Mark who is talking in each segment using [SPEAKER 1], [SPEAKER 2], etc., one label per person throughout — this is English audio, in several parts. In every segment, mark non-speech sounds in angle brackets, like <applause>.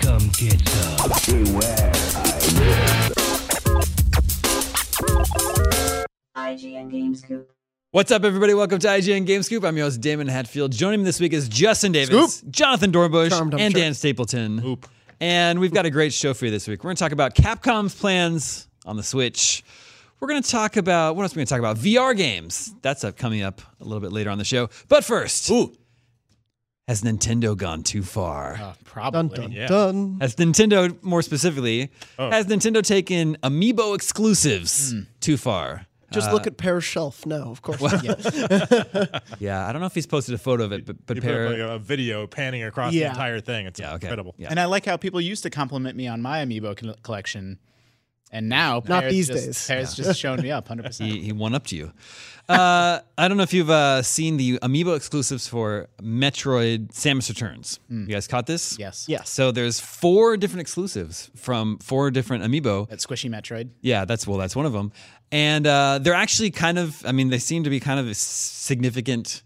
[SPEAKER 1] come get some.
[SPEAKER 2] IGN Games Coop.
[SPEAKER 3] What's up, everybody? Welcome to IGN Game Scoop. I'm your host, Damon Hatfield. Joining me this week is Justin Davis, Jonathan Dornbush,
[SPEAKER 4] Charmed, I'm
[SPEAKER 3] and
[SPEAKER 4] sure.
[SPEAKER 3] Dan Stapleton. And we've got a great show for you this week. We're going to talk about Capcom's plans on the Switch. We're going to talk about what else? We're going to talk about VR games. That's up coming up a little bit later on the show. But first,
[SPEAKER 5] Ooh.
[SPEAKER 3] has Nintendo gone too far?
[SPEAKER 5] Uh, probably.
[SPEAKER 4] Dun dun
[SPEAKER 5] yeah.
[SPEAKER 4] dun.
[SPEAKER 3] Has Nintendo, more specifically,
[SPEAKER 5] Oh.
[SPEAKER 3] has Nintendo taken Amiibo exclusives
[SPEAKER 5] Hmm.
[SPEAKER 3] too
[SPEAKER 5] <laughs>
[SPEAKER 3] far?
[SPEAKER 4] Just look at Pear's shelf. No, of course. yeah.
[SPEAKER 3] Yeah, I don't know if he's posted a photo of it, but, but
[SPEAKER 5] You put
[SPEAKER 3] Pear-
[SPEAKER 5] up, like, a video panning across the
[SPEAKER 4] Yeah.
[SPEAKER 5] entire thing. It's
[SPEAKER 3] Yeah, okay.
[SPEAKER 5] incredible.
[SPEAKER 3] Yeah.
[SPEAKER 6] And I like how people used to compliment me on my amiibo col- collection, and now
[SPEAKER 4] Not
[SPEAKER 6] Pear's
[SPEAKER 4] these
[SPEAKER 6] just,
[SPEAKER 4] days.
[SPEAKER 6] Pear's just shown me up 100.
[SPEAKER 3] he,
[SPEAKER 6] percent
[SPEAKER 3] he won up to you. Uh, I don't know if you've uh, seen the Amiibo exclusives for Metroid: Samus Returns. You guys caught this?
[SPEAKER 6] Hmm. Yes.
[SPEAKER 4] Yes.
[SPEAKER 3] So there's four different exclusives from four different Amiibo.
[SPEAKER 6] That squishy Metroid.
[SPEAKER 3] Yeah, that's well, that's one of them, and uh, they're actually kind of. I mean, they seem to be kind of a significant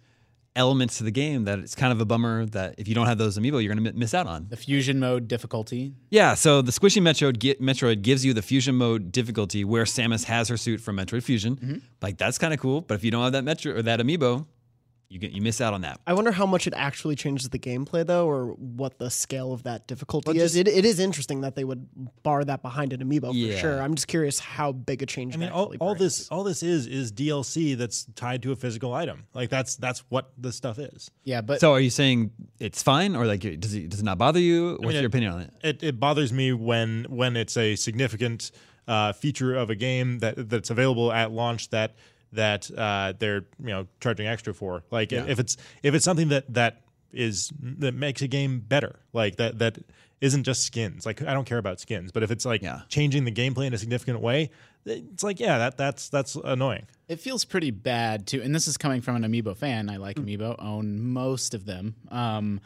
[SPEAKER 3] elements to the game that it's kind of a bummer that if you don't have those Amiibo, you're going to miss out on.
[SPEAKER 6] The fusion mode difficulty.
[SPEAKER 3] Yeah, so the squishy Metroid, gi- Metroid gives you the fusion mode difficulty where Samus has her suit from Metroid Fusion. Like that's kind of cool, but if you don't have that Metro or that amiibo, you get you miss out on that.
[SPEAKER 4] I wonder how much it actually changes the gameplay, though, or what the scale of that difficulty
[SPEAKER 3] Well,
[SPEAKER 4] is. It, it is interesting that they would bar that behind an amiibo
[SPEAKER 3] Yeah.
[SPEAKER 4] for sure. I'm just curious how big a change.
[SPEAKER 5] I mean,
[SPEAKER 4] it
[SPEAKER 5] all,
[SPEAKER 4] actually
[SPEAKER 5] all
[SPEAKER 4] brings.
[SPEAKER 5] this all this is is DLC that's tied to a physical item. Like that's that's what this stuff is.
[SPEAKER 6] Yeah, but
[SPEAKER 3] So are you saying it's fine or like does it does it not bother you? What's
[SPEAKER 5] mean,
[SPEAKER 3] your
[SPEAKER 5] it-
[SPEAKER 3] opinion on it?
[SPEAKER 5] It, it bothers me when when it's a significant uh, feature of a game that that's available at launch that that uh, they're you know charging extra for. Like if it's if it's something that that is that makes a game better, like that that isn't just skins. Like I don't care about skins, but if it's like
[SPEAKER 3] Yeah.
[SPEAKER 5] changing the gameplay in a significant way, it's like yeah, that that's that's annoying.
[SPEAKER 6] it feels pretty bad too. And this is coming from an amiibo fan. I like amiibo, own most of them. Um,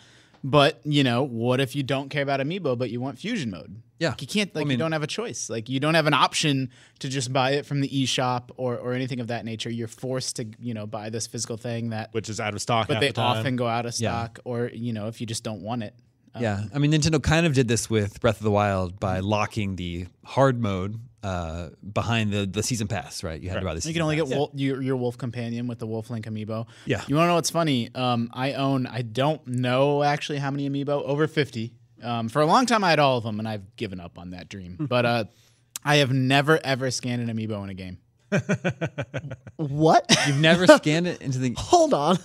[SPEAKER 6] but you know, what if you don't care about amiibo, but you want fusion mode?
[SPEAKER 3] Yeah.
[SPEAKER 6] Like, you can't. Like
[SPEAKER 3] I mean-
[SPEAKER 6] you don't have a choice. Like you don't have an option to just buy it from the eShop or or anything of that nature. You're forced to you know buy this physical thing that
[SPEAKER 5] Which is out of stock.
[SPEAKER 6] but
[SPEAKER 5] half
[SPEAKER 6] they
[SPEAKER 5] the time.
[SPEAKER 6] often go out of
[SPEAKER 3] Yeah.
[SPEAKER 6] stock or you know if you just don't want it
[SPEAKER 3] yeah, I Mm-hmm. mean Nintendo kind of did this with Breath of the Wild by locking the hard mode uh, behind the the season pass, right? You had to buy the season
[SPEAKER 6] you can only
[SPEAKER 3] pass.
[SPEAKER 6] get wol- your, your wolf companion with the wolf link amiibo
[SPEAKER 3] Yeah.
[SPEAKER 6] you want to know what's funny um, i own i don't know actually how many amiibo over 50 um, for a long time i had all Hmm. of them and i've given up on that dream but uh, i have never ever scanned an amiibo in a game <laughs>
[SPEAKER 4] What?
[SPEAKER 3] You've never <laughs> scanned it into the
[SPEAKER 4] <laughs> Hold on.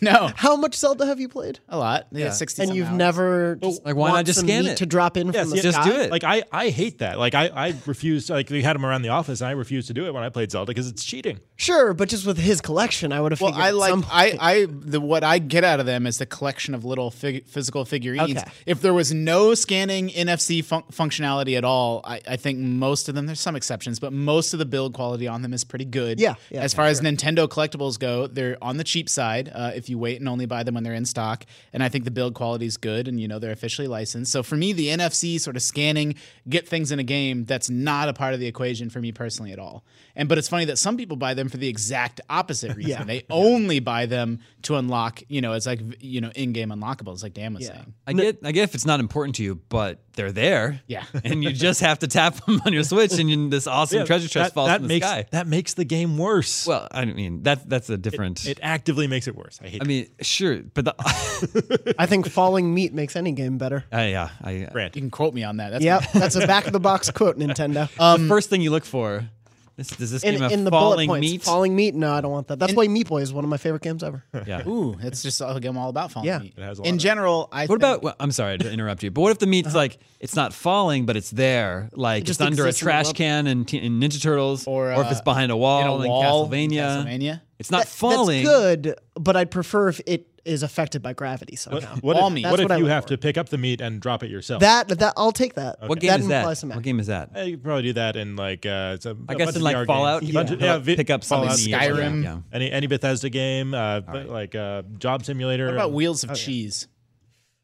[SPEAKER 6] No,
[SPEAKER 4] How much Zelda have you played?
[SPEAKER 6] a lot. Yeah, sixty.
[SPEAKER 4] And
[SPEAKER 6] some
[SPEAKER 4] you've
[SPEAKER 6] hours.
[SPEAKER 4] never just
[SPEAKER 3] Like, why not
[SPEAKER 4] want
[SPEAKER 3] just
[SPEAKER 4] some
[SPEAKER 3] scan
[SPEAKER 4] meat
[SPEAKER 3] it?
[SPEAKER 4] to drop in from the
[SPEAKER 3] just
[SPEAKER 4] sky?
[SPEAKER 3] do it.
[SPEAKER 5] Like I, I hate that. Like I, I refused. Like we had him around the office, and I refused to do it when I played Zelda because it's cheating.
[SPEAKER 4] Sure, but just with his collection, I would have.
[SPEAKER 6] Well,
[SPEAKER 4] figured
[SPEAKER 6] I
[SPEAKER 4] at
[SPEAKER 6] like
[SPEAKER 4] some-
[SPEAKER 6] I I the what I get out of them is the collection of little fig- physical figurines.
[SPEAKER 4] Okay.
[SPEAKER 6] If there was no scanning NFC fun- functionality at all, I, I think most of them. There's some exceptions, but most of the build quality on them is pretty good.
[SPEAKER 4] Yeah, yeah,
[SPEAKER 6] as far as Nintendo collectibles go, they're on the cheap side. Uh, if you wait and only buy them when they're in stock, and I think the build quality is good, and you know they're officially licensed. So for me, the NFC sort of scanning, get things in a game, that's not a part of the equation for me personally at all. And but it's funny that some people buy them for the exact opposite reason. They only buy them to unlock. You know, it's like you know in-game unlockables, like Dan was saying.
[SPEAKER 3] I get I get if it's not important to you, but they're there.
[SPEAKER 6] Yeah.
[SPEAKER 3] <laughs> And you just have to tap <laughs> them on your Switch and then this awesome treasure chest
[SPEAKER 5] that,
[SPEAKER 3] falls
[SPEAKER 5] that
[SPEAKER 3] from the
[SPEAKER 5] makes
[SPEAKER 3] sky.
[SPEAKER 5] that makes the game worse.
[SPEAKER 3] Well, I mean that that's a different
[SPEAKER 5] it actively makes it worse. I hate.
[SPEAKER 3] I mean, sure, but the
[SPEAKER 4] <laughs>
[SPEAKER 3] <laughs>
[SPEAKER 4] I think falling meat makes any game better.
[SPEAKER 3] uh, yeah, I
[SPEAKER 5] Right.
[SPEAKER 6] You can quote me on that. That's
[SPEAKER 4] Yep, that's a back of the box quote, Nintendo.
[SPEAKER 3] the first thing you look for. This, does this
[SPEAKER 4] Um, in,
[SPEAKER 3] game have
[SPEAKER 4] in the bullet
[SPEAKER 3] falling
[SPEAKER 4] points,
[SPEAKER 3] meat? Uh,
[SPEAKER 4] falling meat. No, I don't want that. That's why Meat Boy is one of my favorite games ever.
[SPEAKER 3] yeah.
[SPEAKER 6] <laughs> Ooh, it's just like I'm all about falling.
[SPEAKER 4] Yeah.
[SPEAKER 6] meat.
[SPEAKER 5] It has a lot
[SPEAKER 6] In
[SPEAKER 5] of-
[SPEAKER 6] general, I
[SPEAKER 3] What about? Well, I'm sorry to interrupt you, but what if the meat's like it's not falling, but it's there, like
[SPEAKER 4] Uh-huh. just
[SPEAKER 3] it's under a
[SPEAKER 4] exists in the
[SPEAKER 3] trash
[SPEAKER 4] world.
[SPEAKER 3] can and t- in Ninja Turtles,
[SPEAKER 6] Or,
[SPEAKER 3] if
[SPEAKER 6] uh,
[SPEAKER 3] it's behind a wall
[SPEAKER 6] in a
[SPEAKER 3] in
[SPEAKER 6] wall in
[SPEAKER 3] Castlevania.
[SPEAKER 6] Castlevania?
[SPEAKER 3] It's not
[SPEAKER 4] That-
[SPEAKER 3] falling.
[SPEAKER 4] That's good, but I'd prefer if it is affected by gravity somehow.
[SPEAKER 5] What
[SPEAKER 6] All
[SPEAKER 5] if,
[SPEAKER 6] meat.
[SPEAKER 5] what
[SPEAKER 6] That's
[SPEAKER 5] if
[SPEAKER 4] what I
[SPEAKER 5] you
[SPEAKER 4] look
[SPEAKER 5] have
[SPEAKER 4] for.
[SPEAKER 5] to pick up the meat and drop it yourself?
[SPEAKER 4] That that I'll take that.
[SPEAKER 3] What game
[SPEAKER 4] that
[SPEAKER 3] is
[SPEAKER 4] implies
[SPEAKER 3] that?
[SPEAKER 4] some
[SPEAKER 3] What
[SPEAKER 4] action.
[SPEAKER 3] game is that?
[SPEAKER 5] Uh, you could probably do that in like uh, it's a,
[SPEAKER 3] I
[SPEAKER 5] a
[SPEAKER 3] guess
[SPEAKER 5] bunch
[SPEAKER 3] in
[SPEAKER 5] of VR
[SPEAKER 3] like
[SPEAKER 5] games.
[SPEAKER 3] Fallout,
[SPEAKER 5] A
[SPEAKER 3] you
[SPEAKER 5] bunch
[SPEAKER 3] can
[SPEAKER 5] of- yeah, vi-
[SPEAKER 3] pick up something.
[SPEAKER 5] Fallout,
[SPEAKER 3] neat.
[SPEAKER 6] Skyrim.
[SPEAKER 3] Yeah.
[SPEAKER 5] Any any Bethesda game, uh, but like uh, Job Simulator.
[SPEAKER 6] What about Wheels of Cheese?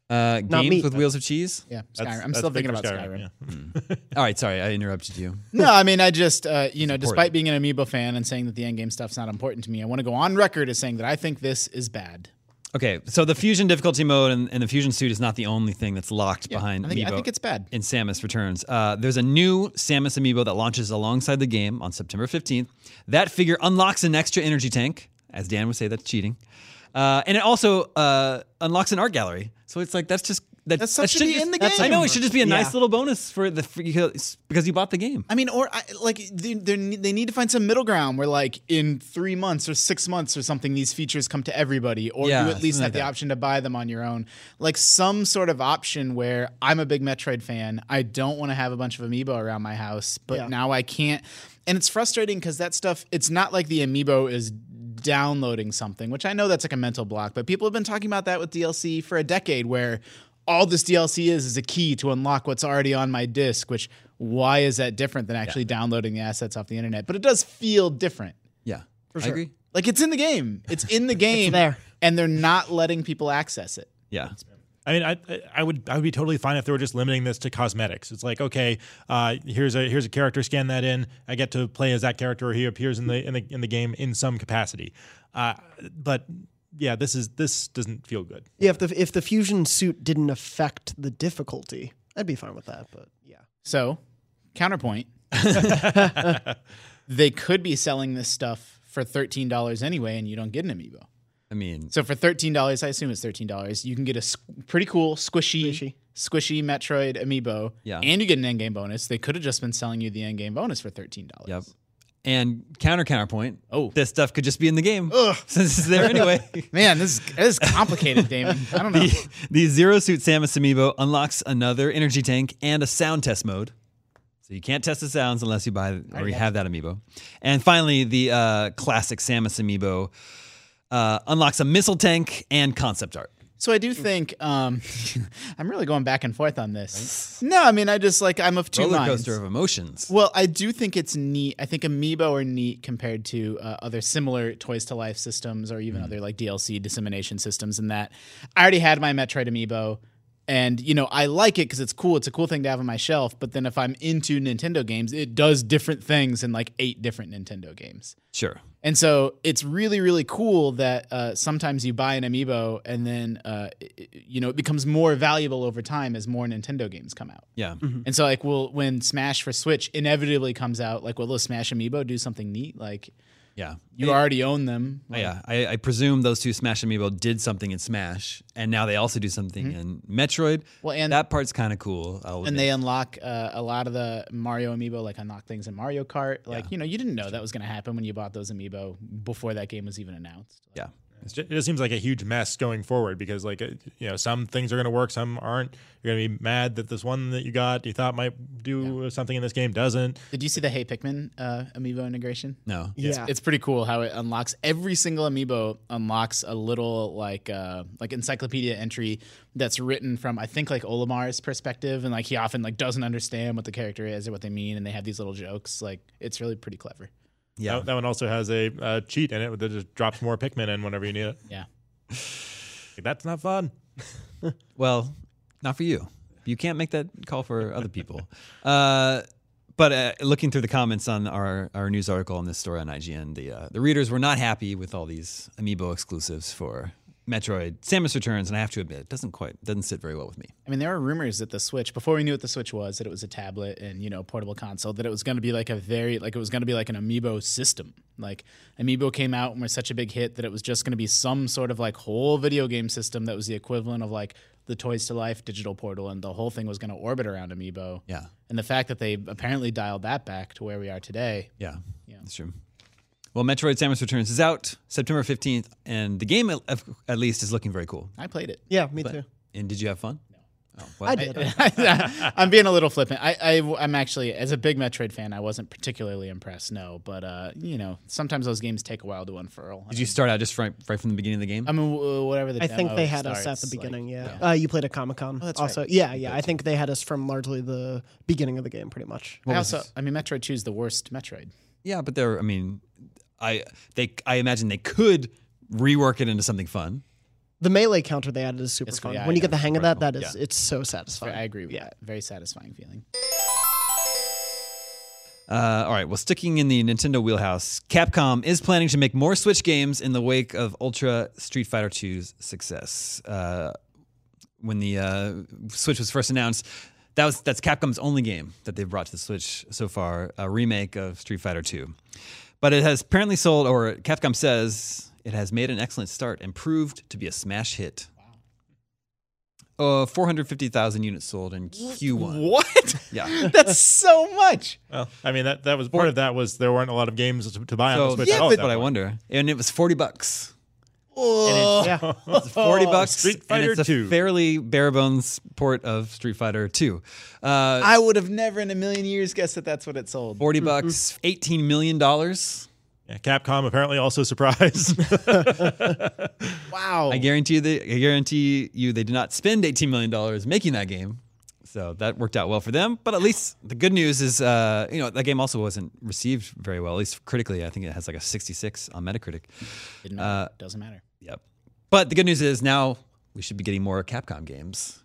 [SPEAKER 3] Uh, games
[SPEAKER 4] meat.
[SPEAKER 3] with wheels of cheese.
[SPEAKER 6] Yeah,
[SPEAKER 5] That's-
[SPEAKER 6] Skyrim. I'm
[SPEAKER 5] that's
[SPEAKER 6] still
[SPEAKER 5] big
[SPEAKER 6] thinking
[SPEAKER 5] for
[SPEAKER 6] about Skyrim.
[SPEAKER 5] yeah.
[SPEAKER 3] All right, sorry, I interrupted
[SPEAKER 6] <laughs>
[SPEAKER 3] you.
[SPEAKER 6] No, I mean, I just, uh, you know, despite being an Amiibo fan and saying that the endgame stuff's not important to me, I want to go on record as saying that I think this is bad.
[SPEAKER 3] Okay, so the fusion difficulty mode and, and the fusion suit is not the only thing that's locked behind
[SPEAKER 6] I think,
[SPEAKER 3] Amiibo
[SPEAKER 6] I think it's bad.
[SPEAKER 3] in Samus Returns. Uh, there's a new Samus Amiibo that launches alongside the game on September 15th. That figure unlocks an extra energy tank, as Dan would say, that's cheating, uh, and it also uh, unlocks an art gallery. So it's like that's just that,
[SPEAKER 6] That's stuff
[SPEAKER 3] that
[SPEAKER 6] should be in the
[SPEAKER 3] that's- I
[SPEAKER 6] game.
[SPEAKER 3] know it should just be a nice
[SPEAKER 4] Yeah.
[SPEAKER 3] little bonus for the because because you bought the game.
[SPEAKER 6] I mean, or I, like they, they're- they need to find some middle ground where, like, in three months or six months or something, these features come to everybody, or
[SPEAKER 3] Yeah,
[SPEAKER 6] you at least
[SPEAKER 3] something
[SPEAKER 6] have
[SPEAKER 3] like
[SPEAKER 6] the
[SPEAKER 3] that.
[SPEAKER 6] option to buy them on your own. Like some sort of option where I'm a big Metroid fan, I don't want to have a bunch of amiibo around my house, but
[SPEAKER 4] Yeah.
[SPEAKER 6] now I can't. And it's frustrating because that stuff. It's not like the amiibo is downloading something, which I know that's like a mental block, but people have been talking about that with DLC for a decade, where all this DLC is is a key to unlock what's already on my disc. Which why is that different than actually downloading the assets off the internet? But it does feel different.
[SPEAKER 3] Yeah, I
[SPEAKER 4] sure.
[SPEAKER 3] agree.
[SPEAKER 6] Like it's in the game. It's in the game.
[SPEAKER 4] there.
[SPEAKER 6] And they're not letting people access it.
[SPEAKER 3] Yeah,
[SPEAKER 5] I mean, I I- I would I would be totally fine if they were just limiting this to cosmetics. It's like, okay, uh, here's a here's a character, scan that in. I get to play as that character, or he appears in the in the in the game in some capacity. Uh, but yeah, this is this doesn't feel good.
[SPEAKER 4] Yeah, if the if the fusion suit didn't affect the difficulty, I'd be fine with that. But yeah,
[SPEAKER 6] So, counterpoint. they could be selling this stuff for $13 anyway, and you don't get an amiibo.
[SPEAKER 3] I mean,
[SPEAKER 6] So, for $13, I assume it's $13, you can get a squ- pretty cool, squishy,
[SPEAKER 4] Squishy.
[SPEAKER 6] squishy, Metroid amiibo.
[SPEAKER 3] Yeah.
[SPEAKER 6] And you get an end game bonus. They could have just been selling you the end game bonus for $13.
[SPEAKER 3] Yep. And counter counterpoint.
[SPEAKER 6] Oh.
[SPEAKER 3] this stuff could just be in the game <laughs> since it's there anyway.
[SPEAKER 6] Man, this is, this is complicated, Damon. I don't
[SPEAKER 3] <laughs>
[SPEAKER 6] know.
[SPEAKER 3] the, the Zero Suit Samus amiibo unlocks another energy tank and a sound test mode. So you can't test the sounds unless you buy or you have that amiibo. And finally, the uh, classic Samus amiibo uh, unlocks a missile tank and concept art.
[SPEAKER 6] So I
[SPEAKER 3] Mm.
[SPEAKER 6] do think um, <laughs> I'm really going back and forth on this. No, I mean I just like I'm of two
[SPEAKER 3] Roller
[SPEAKER 6] minds.
[SPEAKER 3] coaster of emotions.
[SPEAKER 6] Well, I do think it's neat. I think Amiibo are neat compared to uh, other similar Toys to Life systems or
[SPEAKER 3] Mm.
[SPEAKER 6] even other like DLC dissemination systems. In that, I already had my Metroid Amiibo, and you know I like it because it's cool. It's a cool thing to have on my shelf. But then if I'm into Nintendo games, it does different things in like eight different Nintendo games.
[SPEAKER 3] Sure.
[SPEAKER 6] And so it's really, really cool that uh, sometimes you buy an amiibo and then, uh, i- i- you know, it becomes more valuable over time as more Nintendo games come out.
[SPEAKER 3] Yeah. Mm-hmm.
[SPEAKER 6] And so, like, will when Smash for Switch inevitably comes out, like, will the Smash amiibo do something neat? Like,
[SPEAKER 3] Yeah.
[SPEAKER 6] You already own them.
[SPEAKER 3] Oh, Yeah, I, I presume those two Smash Amiibo did something in Smash, and now they also do something in Metroid.
[SPEAKER 6] Mm-hmm. Well, and-
[SPEAKER 3] that part's kind of cool. I'll
[SPEAKER 6] and
[SPEAKER 3] admit.
[SPEAKER 6] they unlock uh, a lot of the Mario amiibo, like unlock things in Mario Kart. Like you know, you didn't know that was going to happen when you bought those amiibo before that game was even announced.
[SPEAKER 3] yeah,
[SPEAKER 5] It's ju- It just seems like a huge mess going forward because, like, it- you know, some things are going to work, some aren't. You're going to be mad that this one that you got you thought might do something in this game doesn't.
[SPEAKER 6] Did you see the Hey Pikmin uh, amiibo integration?
[SPEAKER 3] no,
[SPEAKER 4] Yeah.
[SPEAKER 6] It's pretty cool how it unlocks every single amiibo unlocks a little like uh, like encyclopedia entry that's written from I think like Olimar's perspective and like he often like doesn't understand what the character is or what they mean and they have these little jokes like it's really pretty clever.
[SPEAKER 3] yeah.
[SPEAKER 5] That, that one also has a uh, cheat in it that just drops more Pikmin in whenever you need it.
[SPEAKER 6] Yeah.
[SPEAKER 5] Like, that's not fun.
[SPEAKER 3] Well, not for you. You can't make that call for other
[SPEAKER 6] <laughs>
[SPEAKER 3] people. uh, but uh, looking through the comments on our, our news article on this story on IGN, the uh, the readers were not happy with all these amiibo exclusives for Metroid: Samus Returns, and I have to admit, it doesn't quite doesn't sit very well with me.
[SPEAKER 6] I mean, there were rumors that the Switch, before we knew what the Switch was, that it was a tablet and you know portable console, that it was going to be like a very like it was going to be like an Amiibo system. Like Amiibo came out and was such a big hit that it was just going to be some sort of like whole video game system that was the equivalent of like the Toys to Life digital portal, and the whole thing was going to orbit around Amiibo.
[SPEAKER 3] Yeah.
[SPEAKER 6] And the fact that they apparently dialed that back to where we are today,
[SPEAKER 3] Yeah, yeah, that's true. Well, Metroid: Samus Returns is out September fifteenth, and the game at, at least is looking very cool.
[SPEAKER 6] I played it.
[SPEAKER 4] Yeah, me too.
[SPEAKER 3] And did you have fun? No. Oh, well,
[SPEAKER 4] I did.
[SPEAKER 6] <laughs> I'm being a little flippant. I, I am actually as a big Metroid fan, I wasn't particularly impressed. No, but uh, you know, sometimes those games take a while to unfurl.
[SPEAKER 3] Did you start out just right, right from the beginning of the game?
[SPEAKER 6] I mean, w- whatever the
[SPEAKER 4] I think
[SPEAKER 6] demo
[SPEAKER 4] they had us at
[SPEAKER 6] starts,
[SPEAKER 4] the
[SPEAKER 6] like-
[SPEAKER 4] beginning. yeah. Uh, you played at Comic Con.
[SPEAKER 3] Oh,
[SPEAKER 6] that's
[SPEAKER 4] also, yeah, yeah. I think they had us from largely the beginning of the game, pretty much.
[SPEAKER 6] I also, I mean, Metroid 2 is the worst Metroid.
[SPEAKER 3] yeah, but there. I mean, I they I imagine they could rework it into something fun.
[SPEAKER 4] The melee counter they added is super fun.
[SPEAKER 6] yeah,
[SPEAKER 4] when you
[SPEAKER 6] yeah,
[SPEAKER 4] get the hang of that, that is it's so satisfying.
[SPEAKER 6] I agree with
[SPEAKER 4] Yeah.
[SPEAKER 6] that. Very satisfying feeling.
[SPEAKER 3] Uh, all right. Well, sticking in the Nintendo wheelhouse, Capcom is planning to make more Switch games in the wake of Ultra Street Fighter 2's success. Uh, when the uh, Switch was first announced, that was that's Capcom's only game that they've brought to the Switch so far, a remake of Street Fighter 2. But it has apparently sold, or Capcom says it has made an excellent start and proved to be a smash hit. Uh, 450,000 units sold in Q1.
[SPEAKER 6] What?
[SPEAKER 3] Yeah.
[SPEAKER 6] <laughs> That's so much.
[SPEAKER 5] Well, I mean, that, that was part of that was there weren't a lot of games to, to buy on the
[SPEAKER 3] So
[SPEAKER 5] Switch.
[SPEAKER 3] that's
[SPEAKER 5] at all at
[SPEAKER 3] what
[SPEAKER 5] that
[SPEAKER 3] I
[SPEAKER 5] point.
[SPEAKER 3] wonder. And it was 40 bucks.
[SPEAKER 4] Yeah.
[SPEAKER 3] It's 40 bucks.
[SPEAKER 5] Oh, Street
[SPEAKER 3] and
[SPEAKER 5] Fighter
[SPEAKER 3] it's a
[SPEAKER 5] 2.
[SPEAKER 3] fairly bare bones port of Street Fighter 2. Uh,
[SPEAKER 6] I would have never in a million years guessed that that's what it sold.
[SPEAKER 3] 40
[SPEAKER 5] Mm-hmm.
[SPEAKER 3] bucks, 18 million dollars.
[SPEAKER 5] Yeah, Capcom apparently also <laughs> surprised.
[SPEAKER 6] Wow.
[SPEAKER 3] I guarantee you they I guarantee you they did not spend 18 million dollars making that game. So that worked out well for them, but at least the good news is, uh, you know, that game also wasn't received very well, at least critically. I think it has like a 66 on Metacritic.
[SPEAKER 6] Didn't matter.
[SPEAKER 3] uh,
[SPEAKER 6] Doesn't matter.
[SPEAKER 3] Yep. But the good news is now we should be getting more Capcom games,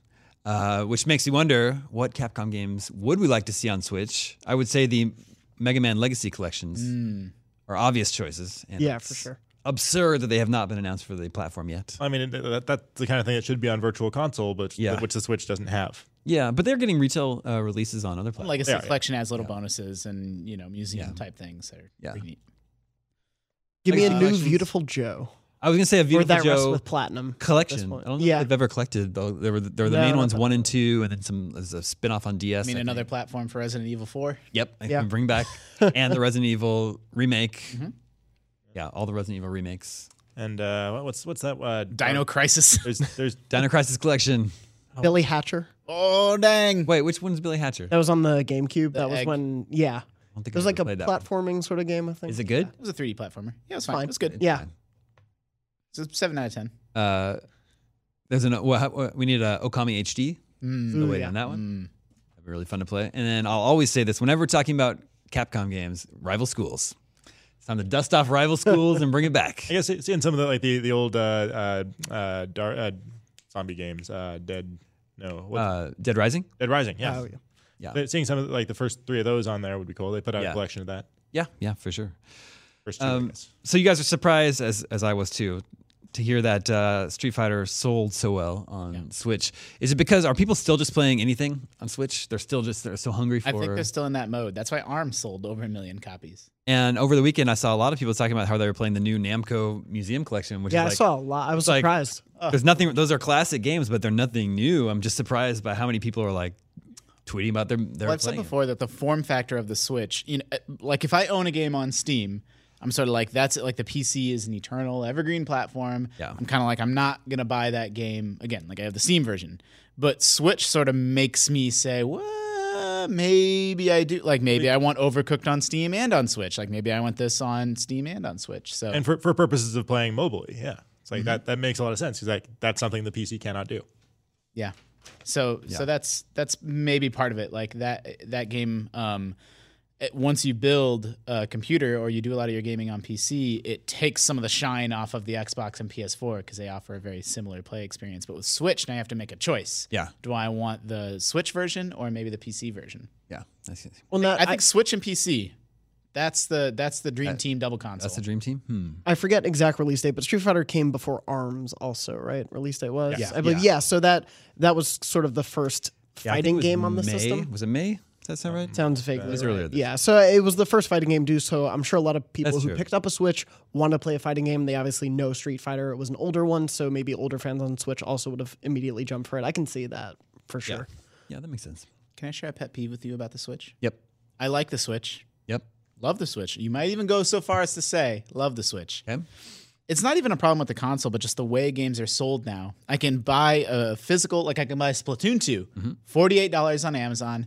[SPEAKER 3] uh, which makes you wonder what Capcom games would we like to see on Switch? I would say the Mega Man Legacy collections are obvious choices. And
[SPEAKER 4] Hmm. Yeah,
[SPEAKER 3] it's
[SPEAKER 4] for sure. Uh,
[SPEAKER 3] Absurd that they have not been announced for the platform yet.
[SPEAKER 5] I mean, it- that, that's the kind of thing that should be on Virtual Console, but
[SPEAKER 3] Yeah.
[SPEAKER 5] which the Switch doesn't have.
[SPEAKER 3] Yeah, but they're getting retail uh, releases on other platforms.
[SPEAKER 6] Legacy
[SPEAKER 5] Yeah.
[SPEAKER 6] Collection has little bonuses and, you know, museum type things. That are
[SPEAKER 3] Yeah.
[SPEAKER 6] pretty neat.
[SPEAKER 4] Give me a new
[SPEAKER 3] Collections.
[SPEAKER 4] beautiful Joe
[SPEAKER 3] I was gonna say a
[SPEAKER 4] or
[SPEAKER 3] Beautiful
[SPEAKER 4] that rest
[SPEAKER 3] Joe
[SPEAKER 4] with platinum at this
[SPEAKER 3] collection. I
[SPEAKER 4] point.
[SPEAKER 3] don't know
[SPEAKER 4] yeah.
[SPEAKER 3] if they've ever collected though. There were there were the
[SPEAKER 4] No,
[SPEAKER 3] main
[SPEAKER 4] not
[SPEAKER 3] ones
[SPEAKER 4] that
[SPEAKER 3] one and two, and then some there's a spin off on DS.
[SPEAKER 6] I mean,
[SPEAKER 3] think.
[SPEAKER 6] another platform for Resident Evil 4.
[SPEAKER 3] Yep, I
[SPEAKER 4] Yeah. Mm-hmm.
[SPEAKER 3] can bring
[SPEAKER 4] <laughs>
[SPEAKER 3] back and the Resident Evil remake. Yeah, all the Resident Evil remakes.
[SPEAKER 5] And uh, what- what's what's that? Uh,
[SPEAKER 6] Dino
[SPEAKER 3] Oh. <laughs>
[SPEAKER 6] Crisis.
[SPEAKER 5] There's there's
[SPEAKER 3] Dino Crisis Collection.
[SPEAKER 4] Billy Hatcher.
[SPEAKER 6] Oh, dang.
[SPEAKER 3] Wait, which one's Billy Hatcher?
[SPEAKER 4] That was on the GameCube. that was
[SPEAKER 6] egg.
[SPEAKER 4] when yeah.
[SPEAKER 3] don't think
[SPEAKER 4] It was
[SPEAKER 3] I've
[SPEAKER 4] like
[SPEAKER 3] ever
[SPEAKER 4] a
[SPEAKER 3] played that one.
[SPEAKER 4] platforming sort of game, I think.
[SPEAKER 3] Is it good?
[SPEAKER 6] It was a 3D platformer. Yeah, it was fine.
[SPEAKER 4] Fine.
[SPEAKER 6] It was good.
[SPEAKER 4] Yeah.
[SPEAKER 6] It's a 7 out of 10.
[SPEAKER 3] Uh, there's an well, how- well, we need a Okami HD. Mm.
[SPEAKER 4] Ooh,
[SPEAKER 3] wait
[SPEAKER 4] yeah. Mm.
[SPEAKER 3] on that one. That'd be really fun to play. And then I'll always say this whenever we're talking about Capcom games, rival schools. It's time to dust off rival schools and bring it
[SPEAKER 4] <laughs>
[SPEAKER 3] back.
[SPEAKER 5] I guess it's in some of the like the the old uh, uh, uh, dar- uh, zombie games, uh, Dead no what,
[SPEAKER 3] Uh, Dead Rising.
[SPEAKER 5] Dead Rising, yeah.
[SPEAKER 4] Oh, yeah.
[SPEAKER 3] Yeah.
[SPEAKER 5] But seeing some of the, like the first three of those on there would be cool. They put out
[SPEAKER 3] Yeah. Um,
[SPEAKER 5] a collection of that
[SPEAKER 3] Yeah, yeah, for sure.
[SPEAKER 5] first two. I guess.
[SPEAKER 3] So you guys are surprised, as as I was too, to hear that uh, Street Fighter sold so well on Switch. Is it because are people still just playing anything on Switch? They're still just they're so hungry for.
[SPEAKER 6] I think they're still in that mode. That's why ARM sold over a million copies.
[SPEAKER 3] and over the weekend, I saw a lot of people talking about how they were playing the new Namco Museum Collection, which
[SPEAKER 4] yeah,
[SPEAKER 3] is like,
[SPEAKER 4] I saw a lot. I was
[SPEAKER 3] like-
[SPEAKER 4] surprised.
[SPEAKER 3] There's nothing. Those are classic games, but they're nothing new. I'm just surprised by how many people are like tweeting about their. their
[SPEAKER 6] Well, I've said
[SPEAKER 3] playing it.
[SPEAKER 6] before that the form factor of the Switch, you know, uh, like if I own a game on Steam, I'm sort of like that's it. Like the PC is an eternal evergreen platform.
[SPEAKER 3] Yeah.
[SPEAKER 6] I'm kind of like I'm not gonna buy that game again. Like I have the Steam version, but Switch sort of makes me say, well, maybe I do. Like maybe I want Overcooked on Steam and on Switch. Like maybe I want this on Steam and on Switch. So
[SPEAKER 5] and for, for purposes of playing mobily, yeah, it's like
[SPEAKER 4] Mm-hmm.
[SPEAKER 5] that that makes a lot of sense because like that's something the PC cannot do.
[SPEAKER 6] Yeah. So so that's that's maybe part of it. Like that that game. Um, it- once you build a computer or you do a lot of your gaming on PC, it takes some of the shine off of the Xbox and PS4 because they offer a very similar play experience. But with Switch, now you have to make a choice.
[SPEAKER 3] Yeah.
[SPEAKER 6] Do I want the Switch version or maybe the PC version?
[SPEAKER 3] Yeah, that's,
[SPEAKER 4] Well, no,
[SPEAKER 6] I think Switch and PC. That's the that's the dream team double console.
[SPEAKER 3] that's the dream team. Hmm.
[SPEAKER 4] I forget exact release date, but Street Fighter came before Arms, also, right? Release date was,
[SPEAKER 6] Yeah.
[SPEAKER 4] I believe, yeah. So that that was sort of the first
[SPEAKER 3] Yeah, I think it
[SPEAKER 4] fighting
[SPEAKER 3] was
[SPEAKER 4] game on the
[SPEAKER 3] May.
[SPEAKER 4] system.
[SPEAKER 3] Was it May? Does that sound right?
[SPEAKER 4] Sounds vaguely.
[SPEAKER 3] was
[SPEAKER 4] right.
[SPEAKER 3] earlier this
[SPEAKER 4] Yeah, so it was the first fighting game due. So I'm sure a lot of people
[SPEAKER 3] That's
[SPEAKER 4] who
[SPEAKER 3] true.
[SPEAKER 4] picked up a Switch want to play a fighting game. They obviously know Street Fighter. It was an older one, so maybe older fans on Switch also would have immediately jumped for it. I can see that for sure.
[SPEAKER 3] Yeah, that makes sense.
[SPEAKER 6] Can I share a pet peeve with you about the Switch?
[SPEAKER 3] Yep.
[SPEAKER 6] I like the Switch.
[SPEAKER 3] Yep.
[SPEAKER 6] Love the Switch. You might even go so far as to say, love the Switch.
[SPEAKER 3] Okay.
[SPEAKER 6] it's not even a problem with the console, but just the way games are sold now. I can buy a physical, like I can buy Splatoon 2, $48 on Amazon,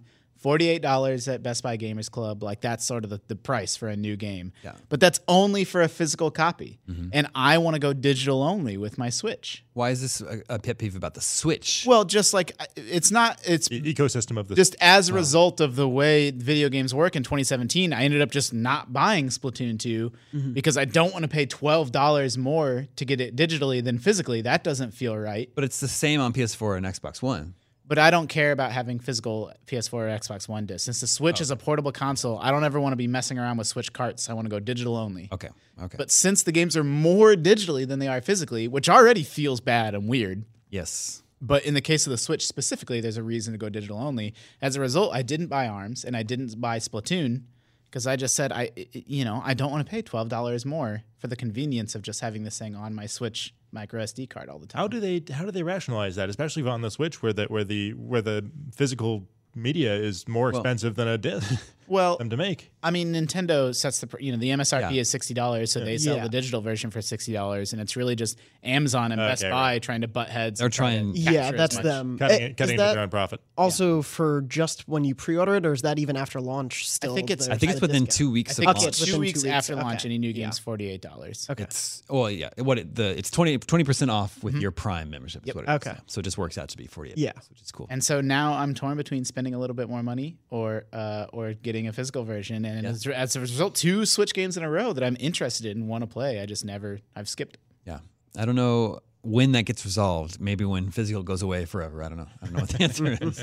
[SPEAKER 6] $48 at Best Buy Gamers Club. Like that's sort of the, the price for a new game.
[SPEAKER 3] Yeah.
[SPEAKER 6] But that's only for a physical copy. And I want to go digital only with my Switch.
[SPEAKER 3] Why is this a, a pet peeve about the Switch?
[SPEAKER 6] Well, just like I- it's not, it's
[SPEAKER 5] The E,
[SPEAKER 4] Mm-hmm.
[SPEAKER 5] ecosystem of the
[SPEAKER 6] just as a result of the way video games work in 2017, I ended up just not buying Splatoon 2 because I don't want to pay $12 more to get it digitally than physically. That doesn't feel right.
[SPEAKER 3] but it's the same on PS4 and Xbox One.
[SPEAKER 6] But I don't care about having physical PS4 or Xbox One discs. Since the Switch is a portable console, I don't ever want to be messing around with Switch carts. I want to go digital only.
[SPEAKER 3] Okay. Okay.
[SPEAKER 6] But since the games are more digitally than they are physically, which already feels bad and weird,
[SPEAKER 3] yes.
[SPEAKER 6] but in the case of the Switch specifically, there's a reason to go digital only. As a result, I didn't buy Arms and I didn't buy Splatoon because I just said I, I- you know, I don't want to pay twelve dollars more for the convenience of just having this thing on my Switch micro SD card all the time.
[SPEAKER 5] how do they how do they rationalize that, especially on the Switch where the where the where the physical media is more expensive than a disc
[SPEAKER 4] <laughs>
[SPEAKER 6] Well,
[SPEAKER 5] them to make.
[SPEAKER 6] I mean, Nintendo sets the pr- you know the MSRP
[SPEAKER 3] Yeah.
[SPEAKER 6] is sixty dollars, so they sell
[SPEAKER 4] Yeah.
[SPEAKER 6] the digital version for sixty dollars, and it's really just Amazon and Best
[SPEAKER 5] Okay,
[SPEAKER 6] Buy trying to butt heads.
[SPEAKER 3] They're
[SPEAKER 6] and try to
[SPEAKER 3] trying-
[SPEAKER 6] capture
[SPEAKER 4] Yeah,
[SPEAKER 6] as
[SPEAKER 4] that's
[SPEAKER 6] much.
[SPEAKER 4] them.
[SPEAKER 5] Cutting
[SPEAKER 4] Eh,
[SPEAKER 5] it, cutting
[SPEAKER 4] is
[SPEAKER 5] into
[SPEAKER 4] that
[SPEAKER 5] their own profit.
[SPEAKER 4] also for just when you pre-order it, or is that even after launch? Still,
[SPEAKER 6] think it's-
[SPEAKER 4] the-
[SPEAKER 3] I think it's
[SPEAKER 4] the
[SPEAKER 3] within
[SPEAKER 4] discount?
[SPEAKER 3] two
[SPEAKER 6] I
[SPEAKER 3] weeks
[SPEAKER 6] think
[SPEAKER 3] of
[SPEAKER 4] Okay,
[SPEAKER 6] it's
[SPEAKER 3] launch.
[SPEAKER 4] within
[SPEAKER 6] two
[SPEAKER 4] two
[SPEAKER 6] weeks
[SPEAKER 4] weeks,
[SPEAKER 6] after
[SPEAKER 4] okay.
[SPEAKER 6] launch, any new game's
[SPEAKER 4] Yeah.
[SPEAKER 6] forty eight dollars.
[SPEAKER 4] Okay.
[SPEAKER 3] It's well, yeah. What it, the it's 20 percent off
[SPEAKER 6] Mm-hmm.
[SPEAKER 3] with your Prime membership. Is what it is
[SPEAKER 4] Okay.
[SPEAKER 3] now. So it just works out to be forty eight.
[SPEAKER 4] Yeah.
[SPEAKER 3] Which is cool.
[SPEAKER 6] And so now I'm torn between spending a little bit more money or uh, or getting a physical version. And as, as a result, two Switch games in a row that I'm interested in want to play. I just never I've skipped.
[SPEAKER 3] yeah. I don't know when that gets resolved. Maybe when physical goes away forever. I don't know. I don't know
[SPEAKER 6] <laughs>
[SPEAKER 3] what the answer is.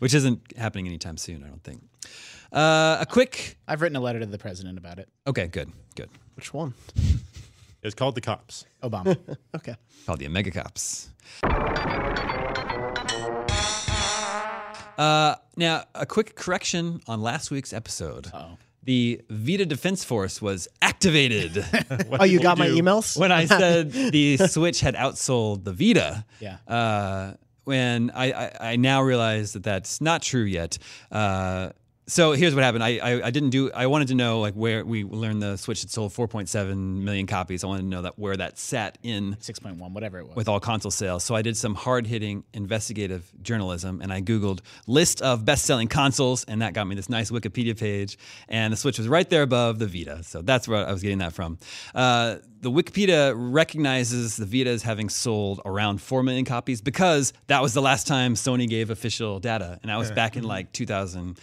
[SPEAKER 3] Which isn't happening anytime soon. I don't think. Uh, a quick.
[SPEAKER 6] I've written a letter to the president about it.
[SPEAKER 3] Okay. Good. Good.
[SPEAKER 4] Which one?
[SPEAKER 5] It's called
[SPEAKER 4] <laughs>
[SPEAKER 5] the cops.
[SPEAKER 6] Obama.
[SPEAKER 3] <laughs>
[SPEAKER 4] Okay.
[SPEAKER 3] called the Omega Cops. Uh, now, a quick correction on last week's episode. The Vita Defense Force was activated <laughs>
[SPEAKER 4] Oh, you got my emails?
[SPEAKER 3] when I said the Switch had outsold the Vita.
[SPEAKER 6] Yeah.
[SPEAKER 3] Uh, when I, I, I now realize that that's not true yet. Uh, so here's what happened. I, I, I didn't do. I wanted to know like where we learned the Switch had sold 4.7 million copies. I wanted to know that where that sat in
[SPEAKER 6] Six point one, whatever it was.
[SPEAKER 3] with all console sales. So I did some hard hitting investigative journalism and I Googled list of best selling consoles, and that got me this nice Wikipedia page. And the Switch was right there above the Vita. So that's where I was getting that from. Uh, the Wikipedia recognizes the Vita as having sold around 4 million copies because that was the last time Sony gave official data. And that was back in like 2000.